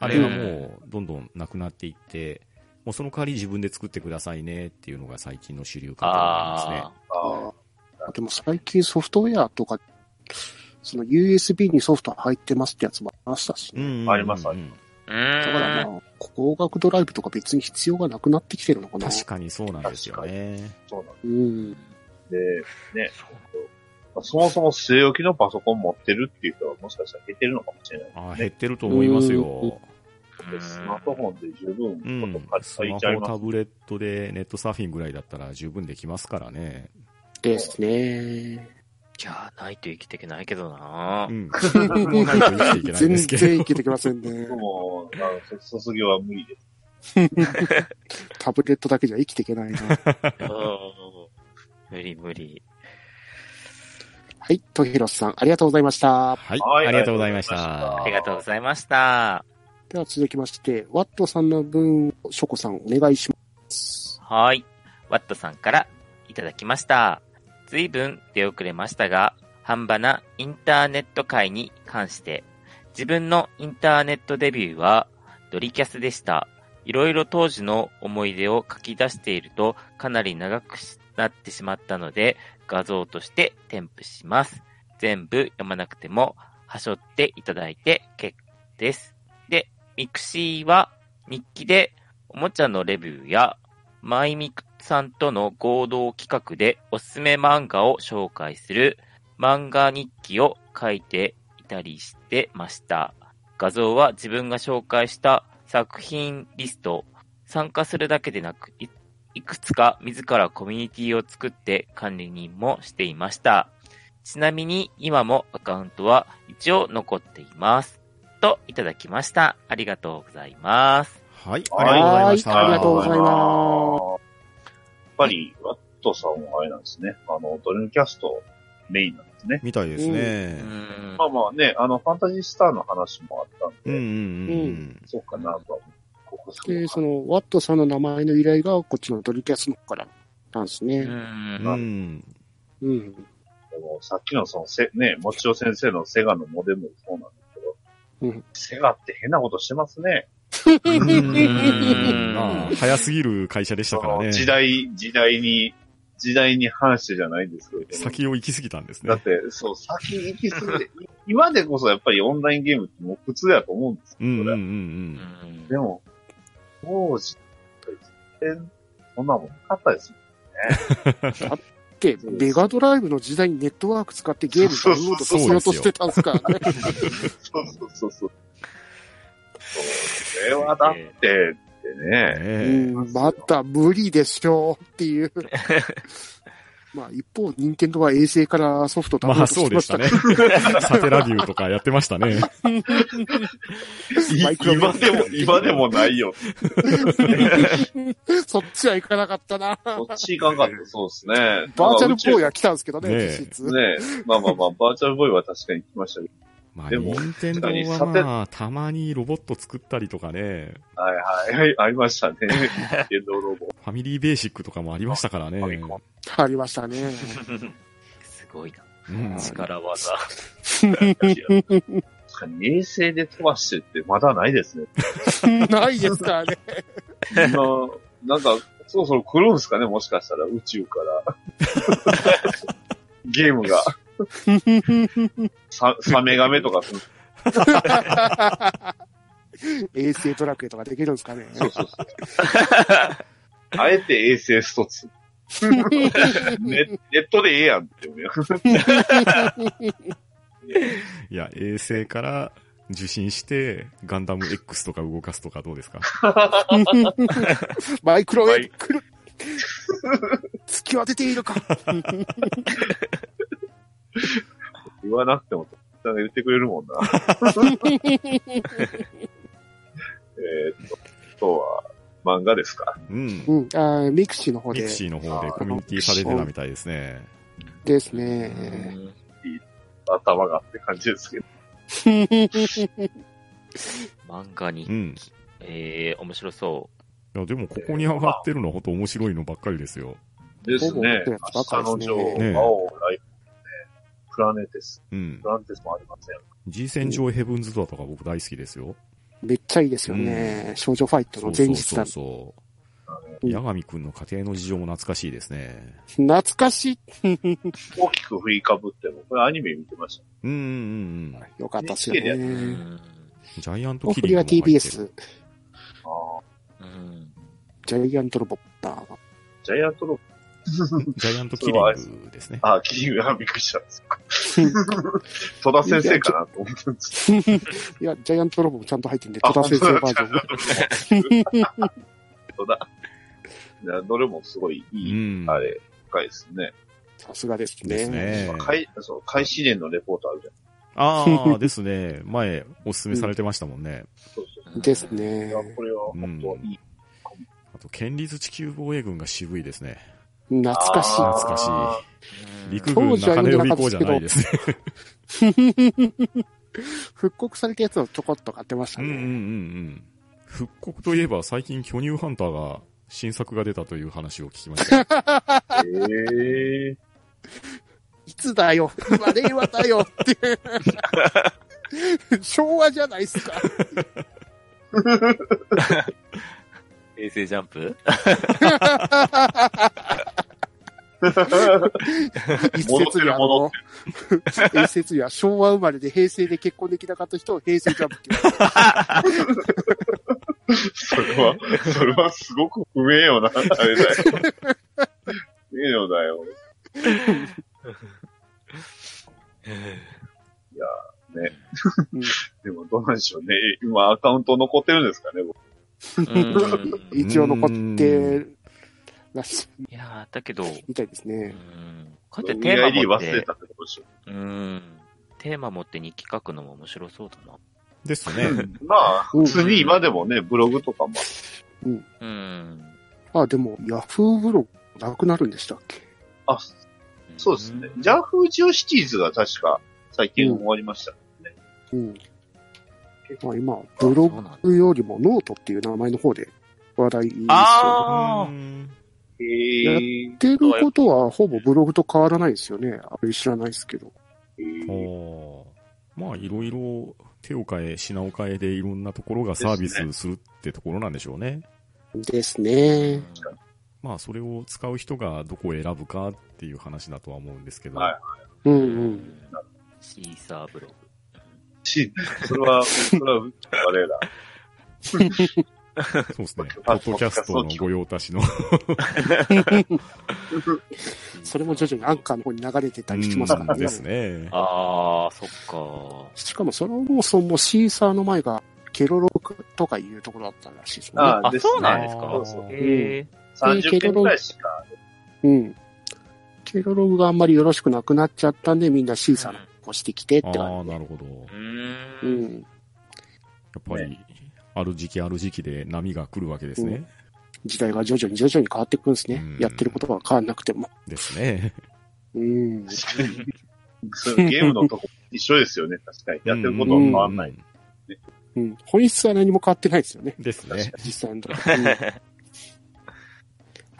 Speaker 4: あれはもう、どんどんなくなっていって、もうその代わり自分で作ってくださいねっていうのが最近の主流かと思います
Speaker 1: あ
Speaker 4: ね。
Speaker 2: あ
Speaker 3: でも最近ソフトウェアとか、その USB にソフト入ってますってやつもありましたし、
Speaker 4: うん
Speaker 3: ね。
Speaker 4: うんうん
Speaker 2: ありますあり
Speaker 1: あ。う
Speaker 3: だか
Speaker 1: ー
Speaker 3: ら
Speaker 1: ん。
Speaker 3: まあ、光学ドライブとか別に必要がなくなってきてるのかな。
Speaker 4: 確かにそうなんですよね。
Speaker 2: あそうなんで
Speaker 3: うん。
Speaker 2: すね。まあそもそも据え置きのパソコン持ってるっていう人はもしかしたら減ってるのかもしれない。
Speaker 4: あー減ってると思います
Speaker 3: う
Speaker 4: よ。
Speaker 1: うん
Speaker 2: スマートフォンで十分
Speaker 4: う
Speaker 2: こと
Speaker 4: ん。ス
Speaker 2: 書い
Speaker 4: マ
Speaker 2: ちゃい
Speaker 4: ホ、
Speaker 2: ます。
Speaker 4: タブレットでネットサーフィンぐらいだったら十分できますからね。
Speaker 3: ですね。
Speaker 1: いやー、ないと生きていけないけどな
Speaker 4: う。ん。もうないと生きていけないん
Speaker 3: 全
Speaker 4: ですけど。
Speaker 3: 然いけてきませんね。
Speaker 2: 僕もあの卒業は無理です。
Speaker 3: タブレットだけじゃ生きていけないな。
Speaker 1: 無理無理。
Speaker 3: はい、とひろさん、ありがとうございました。
Speaker 4: はい、
Speaker 2: はい
Speaker 4: ありがとうございまし
Speaker 1: あ
Speaker 4: た
Speaker 1: り。がとうございました。
Speaker 3: では続きまして、ワットさんの分をショコさんお願いします。
Speaker 1: はい。ワットさんからいただきました。ずいぶん出遅れましたが、半端なインターネット界に関して、自分のインターネットデビューはドリキャスでした。いろいろ当時の思い出を書き出しているとかなり長くなってしまったので、画像として添付します。全部読まなくても、はしょっていただいて結構です。で、ミクシーは日記でおもちゃのレビューやマイミクさんとの合同企画でおすすめ漫画を紹介する漫画日記を書いていたりしてました。画像は自分が紹介した作品リスト、参加するだけでなく、いいくつか自らコミュニティを作って管理人もしていました。ちなみに今もアカウントは一応残っています。といただきました。ありがとうございます。
Speaker 4: はい、
Speaker 2: はい
Speaker 4: ありがとうございました。
Speaker 3: はいありがとうございます
Speaker 2: やっぱり、ワットさんはあれなんですね。あの、ドリームキャストメインなんですね。
Speaker 4: みたいですね。
Speaker 1: ん
Speaker 2: まあまあね、あの、ファンタジースターの話もあったんで、
Speaker 4: うんうんうんうん。
Speaker 2: そうかなとは思う。ここそ
Speaker 3: で、
Speaker 2: う
Speaker 3: そ
Speaker 2: か
Speaker 3: の、ワットさんの名前の由来が、こっちのドリキャスの方からなんです
Speaker 1: う
Speaker 3: ね。
Speaker 1: ん
Speaker 4: うん。
Speaker 3: うん。
Speaker 2: でもさっきのそのせ、ね、もちお先生のセガのモデルもそうなんですけど、
Speaker 3: うん
Speaker 2: セガって変なことしてますね。
Speaker 1: うん
Speaker 4: まあ、早すぎる会社でした
Speaker 2: そ
Speaker 4: から
Speaker 2: の
Speaker 4: ね。
Speaker 2: 時代、時代に、時代に反してじゃないんですけど。
Speaker 4: 先を行き過ぎたんです
Speaker 2: だ
Speaker 4: ね
Speaker 2: っ。て、そう、先行き過ぎて、い今でこそやっぱりオンラインゲームってもう普通やと思うんですけ
Speaker 4: う
Speaker 2: ど、
Speaker 4: んうんう
Speaker 2: そ
Speaker 1: うんん
Speaker 2: れでも、当時、全然そんなもんなかったで すよ。
Speaker 3: で、ベガドライブの時代にネットワーク使ってゲームダウンロードさせようとしてたんですからね。
Speaker 2: そうそうそうそう。そう、それはだって、って
Speaker 4: うん。
Speaker 2: ね。
Speaker 4: ねえ
Speaker 3: うん、また無理でしょうって いう。まあ一方、任天堂は衛星からソフトダウンロ
Speaker 4: ま
Speaker 3: ー
Speaker 4: あ
Speaker 3: ド
Speaker 4: そう
Speaker 3: し
Speaker 4: で
Speaker 3: ました
Speaker 4: し
Speaker 3: た
Speaker 4: ね
Speaker 3: ね。。
Speaker 4: サテラビューとかやってましたね。
Speaker 2: い
Speaker 3: マイクロ
Speaker 2: 今で も、今でもないよ。
Speaker 3: そっちは行かなかったな。
Speaker 2: こっち行かんかった、そうですね。
Speaker 3: バーチャルボーイ
Speaker 2: や。
Speaker 3: は来たんですけどね、
Speaker 4: ねえ
Speaker 3: 実質。
Speaker 2: ねまあまあまあ、バーチャルボーイは確かに来ましたけ
Speaker 4: まあ、
Speaker 2: でも
Speaker 4: 任天堂はまあ、たまにロボット作ったりとかね、
Speaker 2: ど。はいはい、はい、ありましたね。電動ロボ。
Speaker 4: ファミリーベーシックとかもありましたからね。
Speaker 2: ファミコン
Speaker 3: ありましたね。
Speaker 1: すごいな。
Speaker 4: うん
Speaker 1: 力技。
Speaker 2: 確かに衛星で飛ばしてってまだないですね。
Speaker 3: ないですからね。
Speaker 2: 今、なんか、そろそろ来るんですかねもしかしたら宇宙から。 ゲームが。ササメガメとか、そう
Speaker 3: 衛星ドラクエとかできるんですかね。
Speaker 2: そうそう。あえて衛星スト ツ。ネネットでええやんって思うよ。
Speaker 4: いや、衛星から受信して、ガンダム X とか動かすとかどうですか
Speaker 3: マイクロウェーブ来る。月は出てい るか。
Speaker 2: 言わなくても、さんが言ってくれるもんな。えーっと、あとは漫画ですか
Speaker 4: うん
Speaker 3: う。ん、あーミクシーの方
Speaker 4: ミ
Speaker 3: で
Speaker 4: ク。シーの方でコミュニティされてたみたいですね。
Speaker 3: です
Speaker 1: う
Speaker 3: ね。
Speaker 1: ん
Speaker 2: 頭がって感じですけど。
Speaker 1: 漫画に
Speaker 4: う。ん。
Speaker 1: えー、面白そ
Speaker 4: いや、でもここに上がってるのは本当面白いのばっかりですよ。
Speaker 2: です
Speaker 3: ほぼ
Speaker 2: ね。
Speaker 3: 僕
Speaker 2: 明
Speaker 3: らば
Speaker 2: 日の
Speaker 3: かり
Speaker 2: ジ
Speaker 3: です
Speaker 2: ョー、
Speaker 3: ね
Speaker 4: ね
Speaker 2: 青、ライブ、ね、プラネテス。
Speaker 4: うん
Speaker 2: プ。ラネテスもありません。
Speaker 4: G 戦場ヘブンズドアとか僕大好きですよ。
Speaker 3: めっちゃいいですよね。少女ファイト
Speaker 4: そ
Speaker 3: の
Speaker 4: う
Speaker 3: 前
Speaker 4: そう
Speaker 3: 日
Speaker 4: そ
Speaker 3: だ
Speaker 4: う。そう。
Speaker 3: うん
Speaker 4: 八神くんの家庭の事情も懐かしいですね。
Speaker 3: 懐かしい。
Speaker 2: 大きく振りかぶっても、これアニメ見てました。
Speaker 4: うんうんうんうん。
Speaker 3: よかったっすよ
Speaker 1: う。う
Speaker 3: ね。
Speaker 1: ん。
Speaker 4: ジャイアント
Speaker 3: お
Speaker 4: キ
Speaker 3: 振
Speaker 4: リン
Speaker 3: りは
Speaker 4: グも入ってる。
Speaker 3: TBS、
Speaker 2: ああ、
Speaker 1: うん。
Speaker 3: ジャイアントロボッター。
Speaker 2: ジャイアントロボ。
Speaker 4: ジャイアントキリングですね。
Speaker 2: ああ、キリング、あびっくりした。そっか 戸田先生かなと思ったんです
Speaker 3: いや、ジャイアントロボもちゃんと入ってんで、
Speaker 2: あ
Speaker 3: 戸田先生バージ
Speaker 2: けど、戸田。いやどれもすごいいい、
Speaker 4: ん
Speaker 2: あれ、深いですね。
Speaker 3: ョン。さすがです
Speaker 4: です
Speaker 3: ね。
Speaker 4: ね。
Speaker 2: 開そう開始年のレポートあるじゃん。
Speaker 4: ああ、ですね。前、おすすめされてましたもんね。
Speaker 2: そうそう
Speaker 1: うん
Speaker 3: です。ね。
Speaker 2: いやこれは本当いい。
Speaker 4: あと、県立地球防衛軍が渋いですね。
Speaker 3: 懐かしい。
Speaker 4: 懐かしい
Speaker 2: あ
Speaker 1: うん
Speaker 4: 陸軍中根予備校じゃないですね。
Speaker 3: 復刻されたやつをちょこっと買ってました
Speaker 4: うんうんうんう
Speaker 3: ね。
Speaker 4: ん。復刻といえば、最近巨乳ハンターが新作が出たという話を聞きました。
Speaker 2: ーへえ。
Speaker 3: いつだよ。今、令和だよって。 昭和じゃないっすか。
Speaker 1: 平成ジャンプ
Speaker 3: 一説にはあ
Speaker 2: 戻
Speaker 3: の、一説には昭和生まれで平成で結婚できなかった人を平成ジャンプって言う
Speaker 2: それは、それはすごく不名誉な、あれだよ。不名誉だよ。でもどうなんでしょうね。今アカウント残ってるんですかね。僕
Speaker 1: うん
Speaker 3: 一応残ってらっしゃる
Speaker 1: いやーだけど、う
Speaker 3: みたいですね。
Speaker 1: んこうやってテー
Speaker 2: UID
Speaker 1: マ持っ
Speaker 2: 忘
Speaker 1: て、
Speaker 2: れたってことでしょ。
Speaker 1: うん。テーマ持って日記書くのも面白そうだな。
Speaker 4: ですね。
Speaker 2: まあ、普通に今でもね、ブログとかも。
Speaker 1: うん。
Speaker 3: あ、でも、ヤフーブログ、なくなるんでしたっけ
Speaker 2: あ、そうですね。ジャンフージオシティーズが確か最近終わりました。
Speaker 3: うん。まあ今、ブログよりもノートっていう名前の方で話題ですよね。や
Speaker 1: あ
Speaker 4: う
Speaker 1: ー
Speaker 4: ん
Speaker 2: へー
Speaker 3: ってることはほぼブログと変わらないですよね。あれ知らないですけど。
Speaker 2: へー
Speaker 4: おーまあ、いろいろ手を変え、品を変えでいろんなところがサービスするってところなんでしょうね。
Speaker 3: ですね。
Speaker 4: まあ、それを使う人がどこを選ぶかっていう話だとは思うんですけど。
Speaker 2: は
Speaker 3: うんうん。
Speaker 1: シーサーブログ。
Speaker 2: し、それは、それは、あれだ。
Speaker 4: そうですね。ポッドキャストの御用達の。
Speaker 3: それも徐々にアンカーの方に流れてたりしますから
Speaker 4: う
Speaker 3: ね。
Speaker 4: ん ですね。
Speaker 1: あー、そっか。
Speaker 3: しかもそのもそもシーサーの前がケロロとかいうところだったらしいですもんね。
Speaker 2: あ
Speaker 1: あ、
Speaker 2: です
Speaker 1: そうなん
Speaker 2: ね
Speaker 1: ですか
Speaker 2: そうそう
Speaker 1: へ
Speaker 2: 30件ぐらいしか
Speaker 3: うん。ケロログがあんまりよろしくなくなっちゃったんで、みんなシーサーのをしてきてって
Speaker 4: ああー、
Speaker 3: 感
Speaker 4: なるほど。や
Speaker 1: ー。う
Speaker 3: じ。う
Speaker 1: ーん。
Speaker 3: ん。
Speaker 4: っぱり、ある時期ある時期で波が来るわけですね。
Speaker 3: 時代が徐々に徐々に変わっていくんですね
Speaker 4: うん。
Speaker 3: やってることが変わんなくても。
Speaker 4: ですね。
Speaker 3: うん。
Speaker 2: そうゲームのとこ一緒ですよね、確かに。やってることは変わんない。
Speaker 4: う
Speaker 3: うん。本質は何も変わってないですよ ね。
Speaker 4: ですね。
Speaker 3: 実際のところ。うん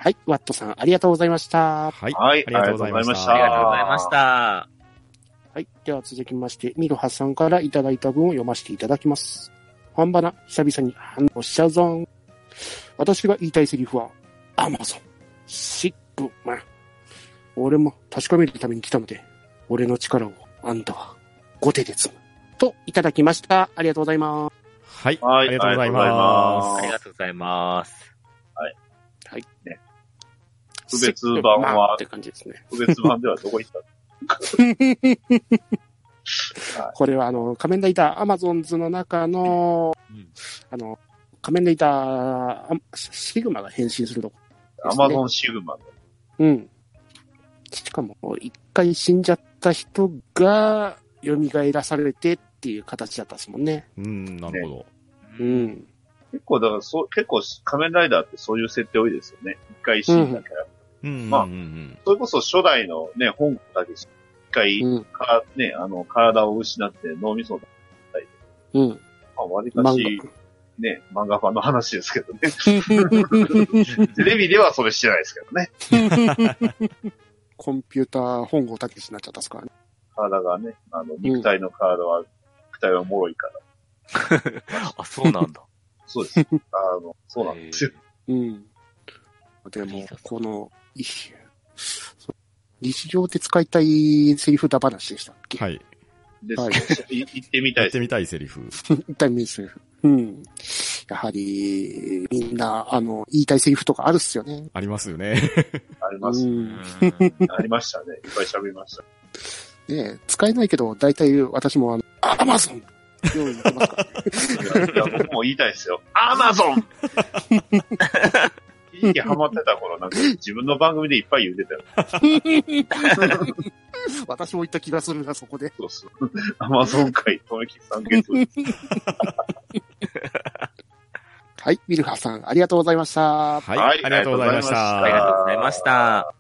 Speaker 3: はい。ワットさん、ありがとうございました。
Speaker 4: はい。
Speaker 2: はい、
Speaker 4: ありがとうございました
Speaker 1: ありがとうございました。
Speaker 3: はい。では続きまして、ミルハさんからいただいた文を読ませていただきます。ハンバナ、久々に反応しちゃうぞん。私が言いたいセリフは、アマゾン、シップマン。俺も確かめるために来たので、俺の力をあんたは後手で積む。と、いただきました。ありがとうございます。
Speaker 4: はい。
Speaker 2: は
Speaker 4: あ
Speaker 2: い
Speaker 4: りがとうござい
Speaker 2: ありがとうござい
Speaker 4: ま
Speaker 2: ます
Speaker 1: ありがとうございます。
Speaker 2: 特別版
Speaker 3: シップマン
Speaker 2: は
Speaker 3: って感じですね。
Speaker 2: 特別版ではどこ行ったの
Speaker 3: これは、あの、仮面ライダーアマゾンズの中の、
Speaker 1: うん
Speaker 3: あの、仮面ライダーあシグマが変身するとこ
Speaker 2: アマゾンシグマの。
Speaker 3: うん。しかも、一回死んじゃった人が、蘇らされてっていう形だったですもんね。
Speaker 4: うん、なるほ
Speaker 3: う。ん。
Speaker 2: 結構、だからそう、結構仮面ライダーってそういう設定多いですよね。一回死んだから。
Speaker 4: ど。うん。
Speaker 2: まあ
Speaker 4: うんうん
Speaker 2: それこそ初代のね、本だけし、一回
Speaker 3: うん。
Speaker 2: か、ね、あの、体を失って脳みそだ。
Speaker 3: うん。
Speaker 2: まあ、割か
Speaker 3: 漫
Speaker 2: し、ね、漫画ファンの話ですけどね。
Speaker 3: 画。
Speaker 2: テレビではそれしてないですけどね。
Speaker 3: コンピューター本郷武史になっちゃったっすからね。
Speaker 2: 体がね、あの、肉体の体は、肉体は脆いから。
Speaker 1: あ、そうなんだ。
Speaker 2: そう です。あの、そうなんですよ。
Speaker 3: うん。でも、この、い日常で使いたいセリフだ話でしたっけ
Speaker 4: はい。
Speaker 2: で
Speaker 3: はい
Speaker 2: す、い行ってみたい
Speaker 4: や
Speaker 2: です
Speaker 4: って。みたいセリフ。
Speaker 3: 一体ミス。うん。やはり、みんな、あの、言いたいセリフとかあるっすよね。
Speaker 4: ありますよね。
Speaker 2: あり
Speaker 3: う
Speaker 2: ます。
Speaker 3: ん。
Speaker 2: ありましたね。いっぱい喋りました。
Speaker 3: ねえ、使えないけど、大体私もあの、アマゾン用意してますから、
Speaker 2: いや僕も言いたいですよ。アマゾ ン一時期ハマってた頃、なんか自分の番組でいっぱい言ってたよ。
Speaker 3: 私も言った気がするな、そこで。
Speaker 2: そうそう。アマゾン会、とめきさんゲット。
Speaker 3: はい、ミルハさん、ありがとうございました。は
Speaker 4: はい。ありがとうございまし
Speaker 1: あり
Speaker 2: り
Speaker 1: が
Speaker 2: が
Speaker 1: とうござ
Speaker 2: とうご
Speaker 4: た。
Speaker 2: ざ
Speaker 1: い
Speaker 2: い
Speaker 1: ま
Speaker 2: ま
Speaker 1: した。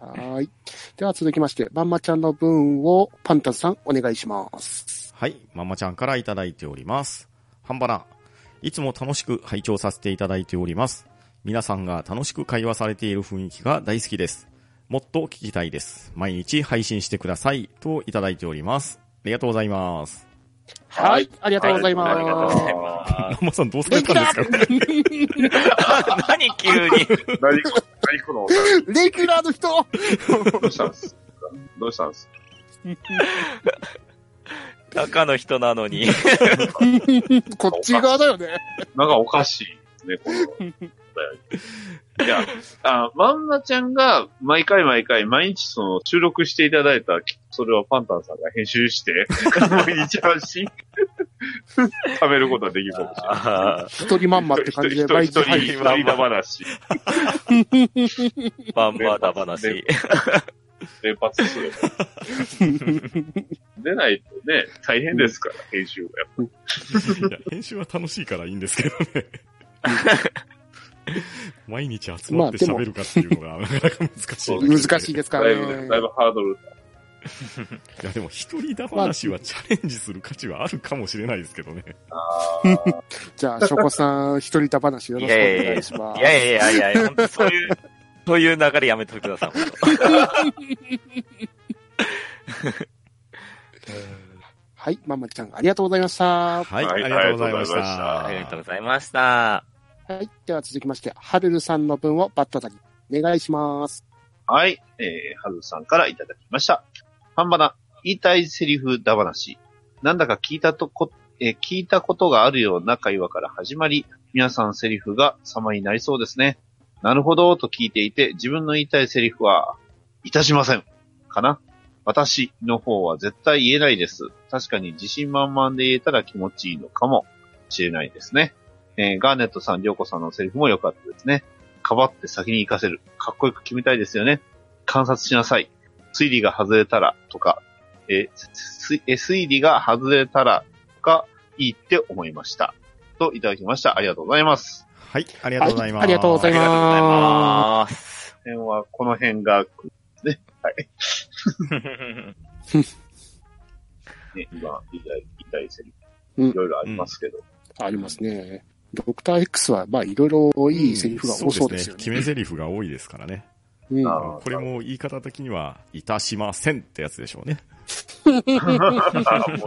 Speaker 3: ーい。では続きまして、まんまちゃんの分をパンタンさん、お願いします。
Speaker 4: はい。ママちゃんからいただいております。ハンバナ。いつも楽しく拝聴させていただいております。皆さんが楽しく会話されている雰囲気が大好きです。もっと聞きたいです。毎日配信してください。といただいております。ありがとうございます。
Speaker 3: はい、ありがとうござい
Speaker 2: ありがとうご
Speaker 3: ま
Speaker 2: ざい ま
Speaker 4: ママさんどうされたんですか
Speaker 1: 何急に。
Speaker 2: す。何こ何このお便
Speaker 3: す。レギュラーの人
Speaker 2: りどうしたんですどうしたんです
Speaker 1: 中の人なの に。
Speaker 3: こっち側だよね。
Speaker 2: なんかおかしいですね、このお便り。いや、あ、まんまちゃんが毎回毎回毎日その収録していただいた、それをパンタンさんが編集して、毎日配信、食べることはできるかもしれない。
Speaker 1: あー
Speaker 3: 一人まんまって感じで、毎
Speaker 2: 一人一人
Speaker 3: 日配
Speaker 2: 一
Speaker 3: 信。
Speaker 2: 人だ話、
Speaker 1: バンバーダ 話。
Speaker 2: 連発すれば。出ないとね、大変ですから、編集が。
Speaker 4: いや編集は楽しいからいいんですけどね。毎日集まって喋るかっていうのが、なかなか難しい
Speaker 2: まあ
Speaker 4: んだけどね。
Speaker 3: 難しいですか
Speaker 2: だ
Speaker 3: ら
Speaker 2: いぶね、だい
Speaker 3: ね。
Speaker 2: ぶハードル。
Speaker 4: いや、でも一人だ話はチャレンジする価値はあるかもしれないですけどね。
Speaker 2: あー
Speaker 3: じゃあ、ショコさん、一人だ話よろしくお願いします。
Speaker 1: いやいやいやいや、本当そう いう、そういう流れやめてください。本当
Speaker 3: はい、まんまるちゃん、ありがとうございました。
Speaker 4: はい、
Speaker 2: はい
Speaker 4: ありがとうございまし
Speaker 2: あ
Speaker 4: た。
Speaker 1: ありがとうございました。
Speaker 3: はい。では続きまして、はるるさんの分をバットだにお願いします。
Speaker 2: はい、えー、はるさんからいただきました。半ばな、言いたいセリフだ話。なんだか聞いたとこ、えー聞いたことがあるような会話から始まり、皆さんセリフが様になりそうですね。なるほど、と聞いていて、自分の言いたいセリフは、いたしません。かな私の方は絶対言えないです。確かに自信満々で言えたら気持ちいいのかもしれないですね。えーガーネットさん、りょうこさんのセリフも良かったですね。かばって先に行かせる。かっこよく決めたいですよね。観察しなさい。推理が外れたらとか、えーすすえー推理が外れたらがいいって思いました。といただきました。ありがとうございます。
Speaker 4: はい、ありがとうございま
Speaker 3: は
Speaker 4: す。
Speaker 3: いありがとうござ
Speaker 1: あ
Speaker 3: い
Speaker 1: り
Speaker 3: ます
Speaker 1: がとうございます。
Speaker 2: この辺は、この辺が、 ね、今、言いたい、言いたいセリ
Speaker 3: う
Speaker 2: フ、
Speaker 3: ん
Speaker 2: いろいろありますけど。
Speaker 3: ありますね。ドクター X は、まあ、いろいろいいセリフが多そうですよね。
Speaker 4: 決めセリフが多いですからね。
Speaker 3: うん
Speaker 2: あ
Speaker 4: これも言い方的には、いたしませんってやつでしょうね。
Speaker 2: 面白 い。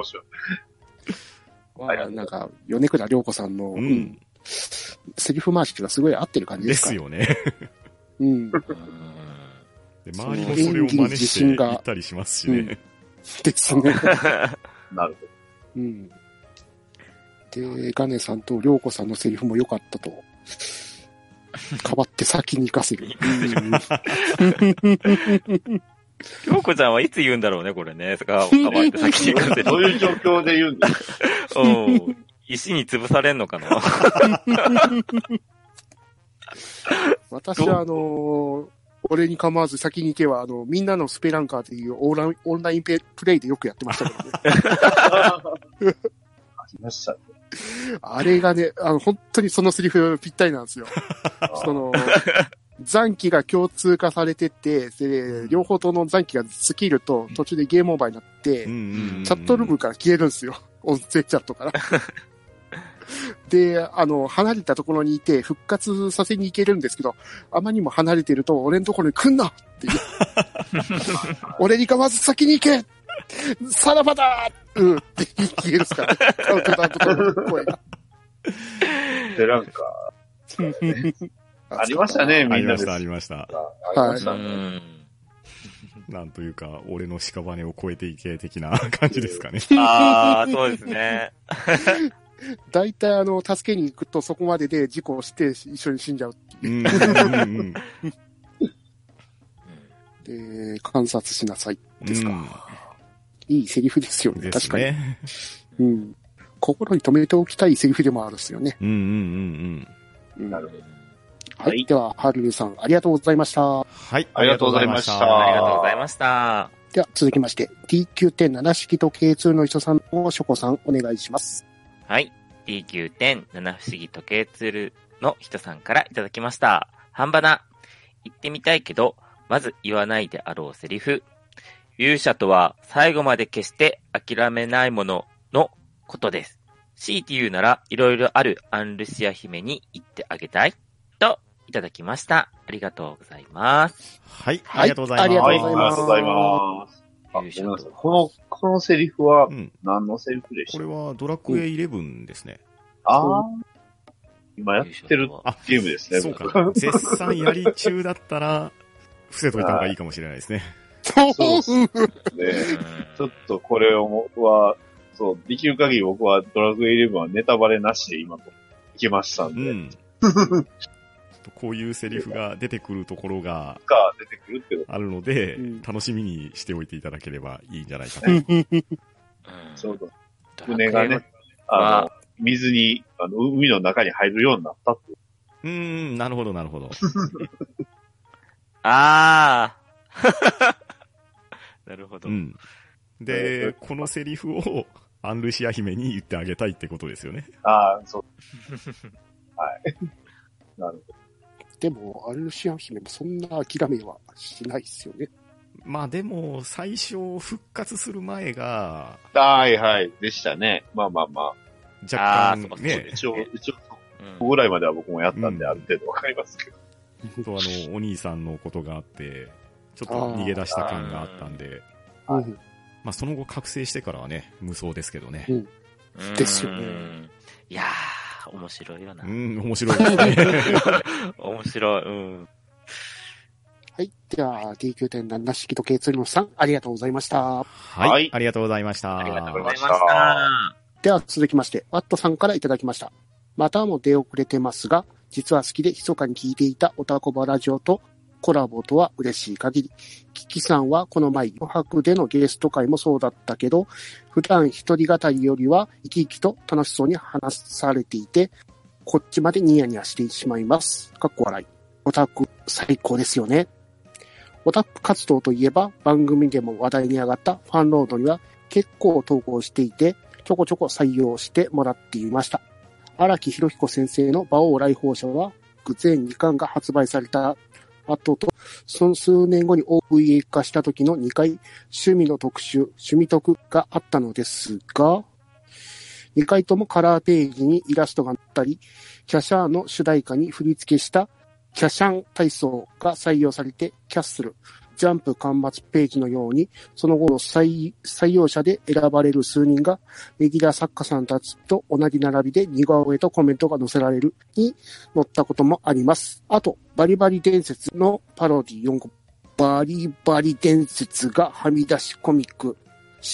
Speaker 2: はい
Speaker 3: まあなんか、米倉涼子さんの、
Speaker 4: う
Speaker 3: うん
Speaker 4: ん。
Speaker 3: セリフ回しがすごい合ってる感じ
Speaker 4: で
Speaker 3: ですか
Speaker 4: す
Speaker 3: よ。
Speaker 4: よね。
Speaker 3: うん。
Speaker 4: で周りもそれを真似して言ったりしますしね。
Speaker 3: ですね。
Speaker 2: なるほど。
Speaker 3: うん。で、ガネさんと涼子さんのセリフも良かったと。かばって先に行かせ る。
Speaker 1: きょうこちゃんはいつ言うんだろうね、これね。かばって先に行 かせ
Speaker 2: どう
Speaker 1: る。
Speaker 2: いう状況で言うんですか
Speaker 1: うん石に潰されんのかな
Speaker 3: 私はあのー俺に構わず先に行けは、あの、みんなのスペランカーというオンラインオンラインペプレイでよくやってましたけどね。
Speaker 2: ありましたね。
Speaker 3: あれがね、あの、本当にそのセリフぴったりなんですよ。その、残機が共通化されてて、で、両方とも残機が尽きると途中でゲームオーバーになって、
Speaker 4: うんうんうん
Speaker 3: チャットルームから消えるんですよ。 音声チャット から。で、あの、離れたところにいて復活させに行けるんですけど、あまりにも離れてると、俺のところに来んなって いう。俺にかまず先に行けさらばだうんって消えるんですから、ね、カウントダウンとかの声が。
Speaker 2: で、なんか、ありましたね、
Speaker 4: あ
Speaker 2: み
Speaker 4: り
Speaker 2: んなで
Speaker 4: まし
Speaker 2: す。
Speaker 4: た、あ
Speaker 2: あり
Speaker 4: りました。
Speaker 2: まし
Speaker 1: う
Speaker 2: たね。
Speaker 1: ん
Speaker 4: なんというか、俺の屍を越えていけ的な感じですかね。
Speaker 1: ああ、そうですね。
Speaker 3: 大体あの、助けに行くとそこまでで事故をして一緒に死んじゃう。
Speaker 4: うんうんうんうん
Speaker 3: で、観察しなさい。です
Speaker 4: か。
Speaker 3: いいセリフですよね、
Speaker 4: です
Speaker 3: 確かに。
Speaker 4: ね。
Speaker 3: うん。心に留めておきたいセリフでもあるんですよね。
Speaker 4: うんうんうんうん。
Speaker 3: うん
Speaker 2: なるほど。
Speaker 3: はい。
Speaker 2: はい
Speaker 3: では、ハルルさん、ありがとうございました。
Speaker 4: はい、
Speaker 2: ありがとうございました
Speaker 1: ありがとうございました。
Speaker 3: では、続きまして、D9.7 式と K2 の人さんを、ショコさん、お願いします。
Speaker 1: はい。D9.7 不思議時計ツールの人さんからいただきました。半ばな。言ってみたいけど、まず言わないであろうセリフ。勇者とは最後まで決して諦めないもののことです。強いて言うなら、いろいろあるアンルシア姫に言ってあげたい。と、いただきました。ありがとうございます。
Speaker 4: はい、
Speaker 3: はい
Speaker 4: ありがとうございます。
Speaker 3: ありがと
Speaker 2: は
Speaker 3: う
Speaker 2: い、
Speaker 3: ご
Speaker 2: ありが
Speaker 3: ざいます
Speaker 2: とうございます。あ、ごめんなさい。この、このセリフは
Speaker 4: うん、
Speaker 2: 何のセリフでした
Speaker 4: これはドラクエ11ですね。
Speaker 2: ああ。今やってる
Speaker 4: あ、
Speaker 2: ゲームですね。
Speaker 4: そう
Speaker 2: 僕
Speaker 4: か。絶賛やり中だったら、伏せといた方がいいかもしれないですね。
Speaker 2: そうですね。ちょっとこれを僕は、そう、できる限り僕はドラクエイレブンはネタバレなしで今、いけましたん
Speaker 4: う
Speaker 2: で、
Speaker 4: ん。こういうセリフが出てくるところが
Speaker 2: が出てくるってこ
Speaker 4: あるので、
Speaker 3: うん
Speaker 4: 楽しみにしておいていただければいいんじゃないか
Speaker 3: う
Speaker 4: な。
Speaker 3: ん
Speaker 2: と。ち
Speaker 1: そ
Speaker 2: ょ
Speaker 1: う
Speaker 2: うんど、船がね、あの、水に、あの、海の中に入るようになったっていう。
Speaker 4: うーん、なるほど、なるほど。
Speaker 1: あ あ。なるほど。
Speaker 4: うん。で、このセリフを、アンルシア姫に言ってあげたいってことですよね。
Speaker 2: ああ、そう。はい。なるほど。
Speaker 3: でも、アルシアン姫もそんな諦めはしないですよね。
Speaker 4: まあでも、最初復活する前が、
Speaker 2: はいはい。でしたね。まあまあまあ。
Speaker 4: 若
Speaker 1: あーそう
Speaker 4: 干
Speaker 1: かそう
Speaker 4: ね、
Speaker 2: 一応、一応、
Speaker 1: うん
Speaker 2: ここぐらいまでは僕もやったんで、
Speaker 4: うん
Speaker 2: ある程度わかりますけど。
Speaker 4: とあの、お兄さんのことがあって、ちょっと逃げ出した感があったんで、
Speaker 3: うん。
Speaker 4: まあその後覚醒してからはね、無双ですけどね。
Speaker 1: うん
Speaker 3: ですよね
Speaker 1: いやー、面白いよな
Speaker 4: う。ん、面白いですね。
Speaker 1: 面白い。うん。
Speaker 3: はい。では、D9.7 式時計ツールのさん、ありがとうございました。
Speaker 4: はい、
Speaker 2: はい
Speaker 4: ありがとうございました。
Speaker 1: ありがとうございまし
Speaker 2: わか
Speaker 1: た。
Speaker 3: では続きまして、ワットさんからいただきました。またも出遅れてますが、実は好きで密かに聞いていたオタコバラジオとコラボとは嬉しい限り。キキさんはこの前、余白でのゲスト会もそうだったけど、普段一人語りよりは生き生きと楽しそうに話されていて、こっちまでニヤニヤしてしまいます。かっこ笑い。オタク最高ですよね。オタク活動といえば番組でも話題に上がったファンロードには結構投稿していて、ちょこちょこ採用してもらっていました。荒木博彦先生の馬王来訪者は、全2巻が発売された後と、その数年後に OVA 化した時の2回、趣味の特集、趣味特があったのですが、2回ともカラーページにイラストが載ったり、キャシャーの主題歌に振り付けしたキャシャン体操が採用されて、キャッスル、ジャンプ間伐ページのように、その後の採採用者で選ばれる数人がレギュラー作家さんたちと同じ並びで似顔絵とコメントが載せられるに載ったこともあります。あと、バリバリ伝説のパロディ4個。バリバリ伝説がはみ出しコミック。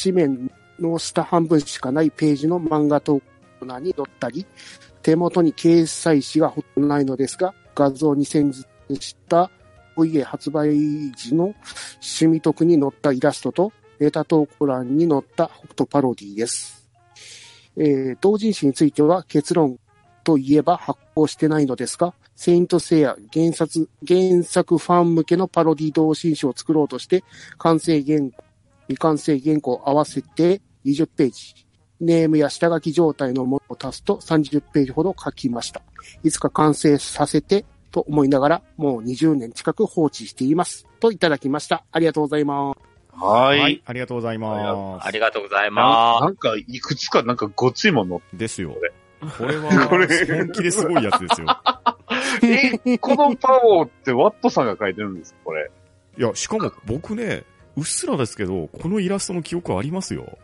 Speaker 3: 紙面の下半分しかないページの漫画投稿ナーに載ったり、手元に掲載誌がほとんどないのですが、画像に先日したお家発売時の趣味特に載ったイラストと、データ投稿欄に載った北斗パロディです。えー同人誌については結論といえば発行してないのですが、セイントセイヤ原作、原作ファン向けのパロディ同人誌を作ろうとして、完成原稿、未完成原稿合わせて20ページ、ネームや下書き状態のものを足すと30ページほど書きました。いつか完成させてと思いながら、もう20年近く放置しています。といただきました。ありがとうございます。
Speaker 2: は
Speaker 4: はい、
Speaker 2: い。
Speaker 4: ありがとうございま
Speaker 1: あ
Speaker 4: す
Speaker 1: り。がとうござい
Speaker 2: な
Speaker 1: ま
Speaker 2: なんか、いくつかなんかごついも の。
Speaker 4: ですよ
Speaker 2: これ。
Speaker 4: これは、
Speaker 2: これ
Speaker 4: 本気ですごいやつですよ。
Speaker 2: え、このパオってワットさんが書いてるんですかこれ。
Speaker 4: いや、しかも僕ね、うっすらですけど、このイラストの記憶ありますよ。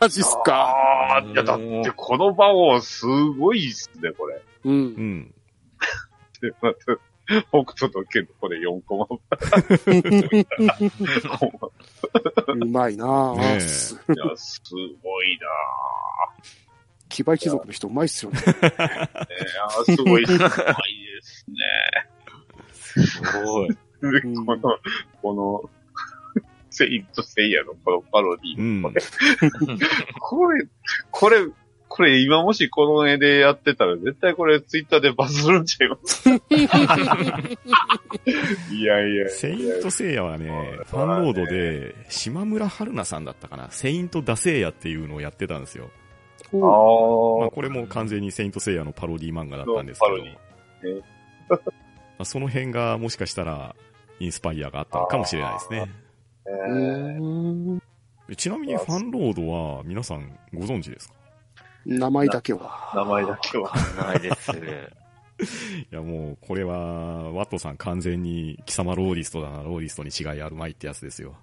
Speaker 3: マジっすか。
Speaker 2: あーいや、だってこのパオすごいっすね、これ。
Speaker 3: うん
Speaker 4: う。ん。
Speaker 2: でまた北斗の剣のこれ4コマ。
Speaker 3: うまいなぁ、
Speaker 4: ねえ
Speaker 3: す
Speaker 2: いや、すごい
Speaker 3: 騎馬一族の人うまいっすよね。
Speaker 2: なぁ、ね。あーすごい、すごいです
Speaker 1: す。
Speaker 2: ね。
Speaker 1: すごい。
Speaker 2: で、
Speaker 3: うん
Speaker 2: この、この、セイントセイヤのこのパロディ。
Speaker 4: うん。
Speaker 2: これ、これ、これ今もしこの絵でやってたら絶対これツイッターでバズるんちゃいます。 いやいやいや。
Speaker 4: セイントセイヤはね、ファンロードで、島村春菜さんだったかな、セイントダセイヤっていうのをやってたんですよ。
Speaker 2: あ
Speaker 3: おう
Speaker 4: まあ、
Speaker 2: ー
Speaker 4: これも完全にセイントセイヤのパロディ漫画だったんですけ
Speaker 2: パ
Speaker 4: ど
Speaker 2: ロディね、
Speaker 4: まあその辺がもしかしたら、インスパイアがあったのかもしれないですね。
Speaker 3: う
Speaker 2: ね
Speaker 3: ーん
Speaker 4: ちなみにファンロードは皆さんご存知ですか
Speaker 3: 名前だけは。
Speaker 2: 名前だけは。
Speaker 1: ないです。
Speaker 4: いやもう、これは、ワットさん完全に貴様ローリストだな、ローリストに違いあるまいってやつですよ。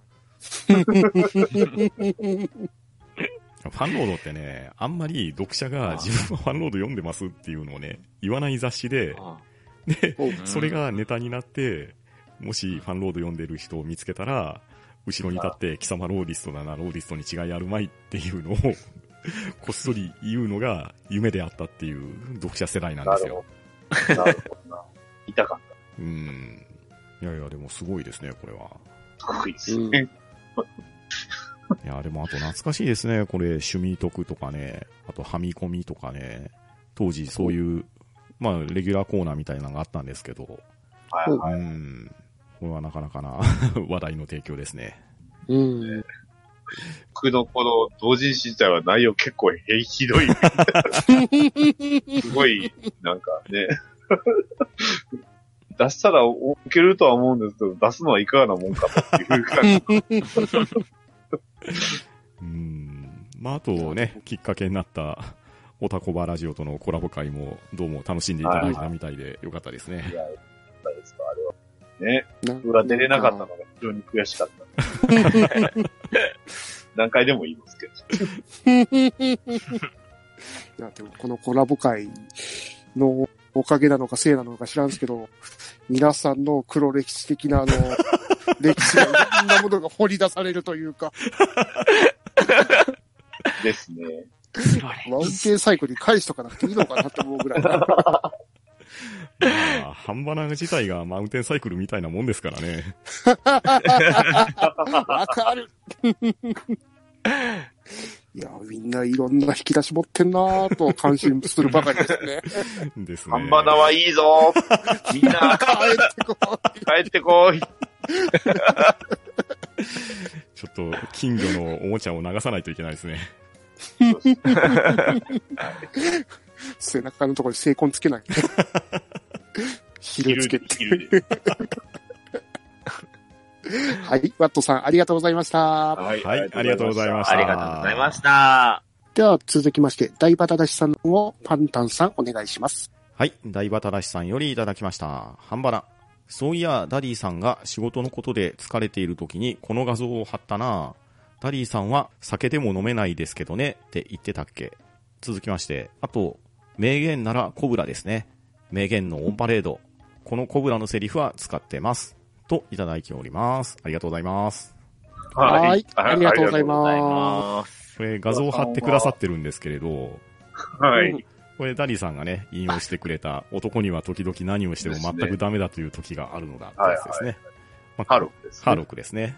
Speaker 4: ファンロードってね、あんまり読者が自分はファンロード読んでますっていうのをね、言わない雑誌で、
Speaker 1: ん
Speaker 4: それがネタになって、もしファンロード読んでる人を見つけたら、後ろに立って貴様ローリストだな、ローリストに違いあるまいっていうのを、 こっそり言うのが夢であったっていう読者世代なん
Speaker 2: な
Speaker 4: です
Speaker 2: る
Speaker 4: よ
Speaker 2: ほ。ど。なるほどな。痛かった。
Speaker 4: うん。いやいや、でもすごいですね、これは。
Speaker 2: すごいですね。
Speaker 4: いや、でもあと懐かしいですね。これ、趣味得とかね、あとはみ込みとかね、当時そういう、まあ、レギュラーコーナーみたいなのがあったんですけど、
Speaker 2: はいは
Speaker 4: うん。これはなかなかな 話題の提供ですね。
Speaker 3: うん。
Speaker 2: い。僕のこの同人誌自体は内容結構へひどい。すごい、なんかね。 出したらお受けるとは思うんですけど、出すのはいかがなもんかっていう感じ。
Speaker 4: うん。まあ、あとね、きっかけになった、おたこばラジオとのコラボ会も、どうも楽しんでいただいたみたいで、よかったですね。
Speaker 2: ですか、あれは。ね、僕が出れなかったのが非常に悔しかった。何回でも言いますけど。
Speaker 3: いや、でもこのコラボ会のおかげなのかせいなのか知らんすけど、皆さんの黒歴史的 なあの、歴史がいろんなものが掘り出されるというか、
Speaker 2: ですね。
Speaker 3: マウンテンサイクルに返しとかなくていいのかなって思うぐらいな。
Speaker 4: まあ、半端な自体がマウンテンサイクルみたいなもんですからね。
Speaker 3: わかるいや、みんないろんな引き出し持ってんなぁと感心するばかりですね。
Speaker 4: ですね。
Speaker 2: ハンバナはいいぞみんな
Speaker 3: 帰ってこ
Speaker 2: 帰ってこい
Speaker 4: ちょっと、金魚のおもちゃを流さないといけないですね。
Speaker 3: い。背中のところに精根つけない。昼つけて。
Speaker 2: 昼で
Speaker 3: はい。ワットさん、ありがとうございました。
Speaker 2: はい
Speaker 4: はいありがとうございました
Speaker 1: ありがとうございました。
Speaker 3: では続きまして、大バタダシさんをパンタンさんお願い します。
Speaker 4: はい、大バタラシさんよりいただきました。ハンバラ。そういや、ダディさんが仕事のことで疲れている時にこの画像を貼ったなダディさんは酒でも飲めないですけどねって言ってたっけ続きまして、あと、名言ならコブラですね。名言のオンパレード。このコブラのセリフは使ってます。といただいております。ありがとうございます。
Speaker 2: はい
Speaker 3: はいありがとうござ
Speaker 1: ありがとうござ
Speaker 3: い
Speaker 1: い
Speaker 3: ま
Speaker 1: ます。
Speaker 4: これ画像を貼ってくださってるんですけれど、
Speaker 2: はい。
Speaker 4: これダディさんがね、引用してくれた男には時々何をしても全くダメだという時があるのだってやつですね。まあ
Speaker 2: ハローです。
Speaker 4: ハーロックですね。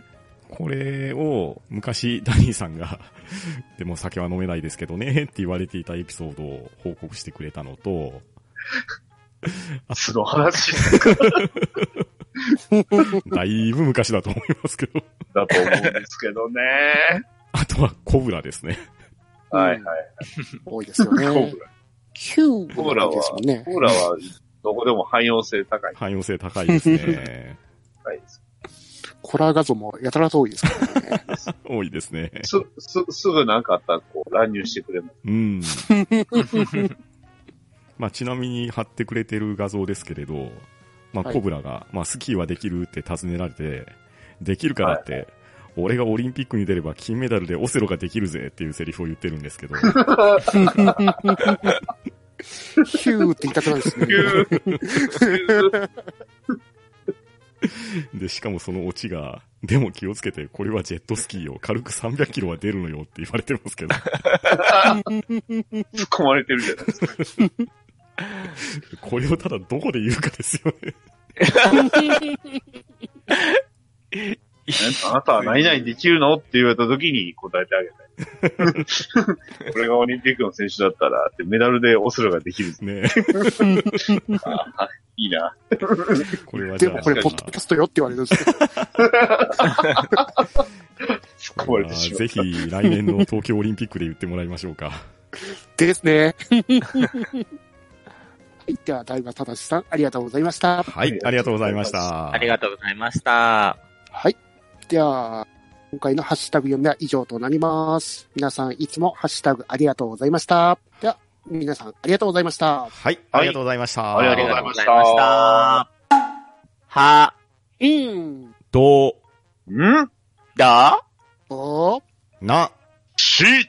Speaker 4: これを昔ダニーさんが、 でも酒は飲めないですけどね、って言われていたエピソードを報告してくれたのと、
Speaker 2: その話
Speaker 4: だいぶ昔だと思いますけど、
Speaker 2: だと思うんですけどね。
Speaker 4: あとはコブラですね。
Speaker 2: はいはい。
Speaker 3: 多いですよね。
Speaker 2: コブラ。
Speaker 3: 9
Speaker 2: コブラは
Speaker 3: ですもんね。
Speaker 2: コーラはどこでも汎用性高い。
Speaker 4: 汎用性高いですね。
Speaker 2: 高いです。
Speaker 3: コラ画像もやたらと多いですからね。
Speaker 4: 多いですね。
Speaker 2: す、す、すぐなんかあったらこう乱入して くれます。
Speaker 4: うん。まあ、ちなみに貼ってくれてる画像ですけれど、まあ、
Speaker 3: はい
Speaker 4: コブラが、まあ、スキーはできるって尋ねられて、できるからって、俺がオリンピックに出れば金メダルでオセロができるぜっていうセリフを言ってるんで すけど、
Speaker 3: ヒューって言いたくなるんですね。
Speaker 4: で、しかもそのオチが、でも気をつけて、これはジェットスキーを軽く300キロは出るのよって言われてます けど、
Speaker 2: 突っ込まれてるじゃないですか。
Speaker 4: これをただどこで言うかですよね。
Speaker 2: あなたは何々できるのって言われた時に答えてあげ たい。これがオリンピックの選手だったら、でメダルでオスロができる。
Speaker 4: ね
Speaker 2: いいな。
Speaker 4: これはじ
Speaker 3: で
Speaker 4: ゃあ、
Speaker 3: もこれ、ポッドキャストよって言われるんですよ。
Speaker 2: 突っ込まれてしま
Speaker 4: あ
Speaker 2: う。
Speaker 4: ぜひ来年の東京オリンピックで言ってもらいましょうか。
Speaker 3: です ね。はい。では、大バタダシさん、ありがとうございました。
Speaker 4: はい、ありがとうございました。
Speaker 1: ありがとうございました。
Speaker 3: はい。では、今回のハッシュタグ読みは以上となります。皆さん、いつもハッシュタグありがとうございました。では、皆さん、ありがとうございました。
Speaker 4: はい、ありがとうございました。
Speaker 2: はい
Speaker 1: あ
Speaker 2: あ
Speaker 1: り
Speaker 2: り
Speaker 1: が
Speaker 2: が
Speaker 1: と
Speaker 2: と
Speaker 1: う
Speaker 2: う
Speaker 1: ご
Speaker 2: ご
Speaker 1: ざ
Speaker 2: ざ
Speaker 1: い
Speaker 2: い
Speaker 1: まし
Speaker 2: まし
Speaker 1: た。
Speaker 2: た
Speaker 1: は、
Speaker 3: うん。
Speaker 1: だ、
Speaker 2: ん
Speaker 3: お
Speaker 4: ど
Speaker 3: ー
Speaker 4: う、な、
Speaker 2: し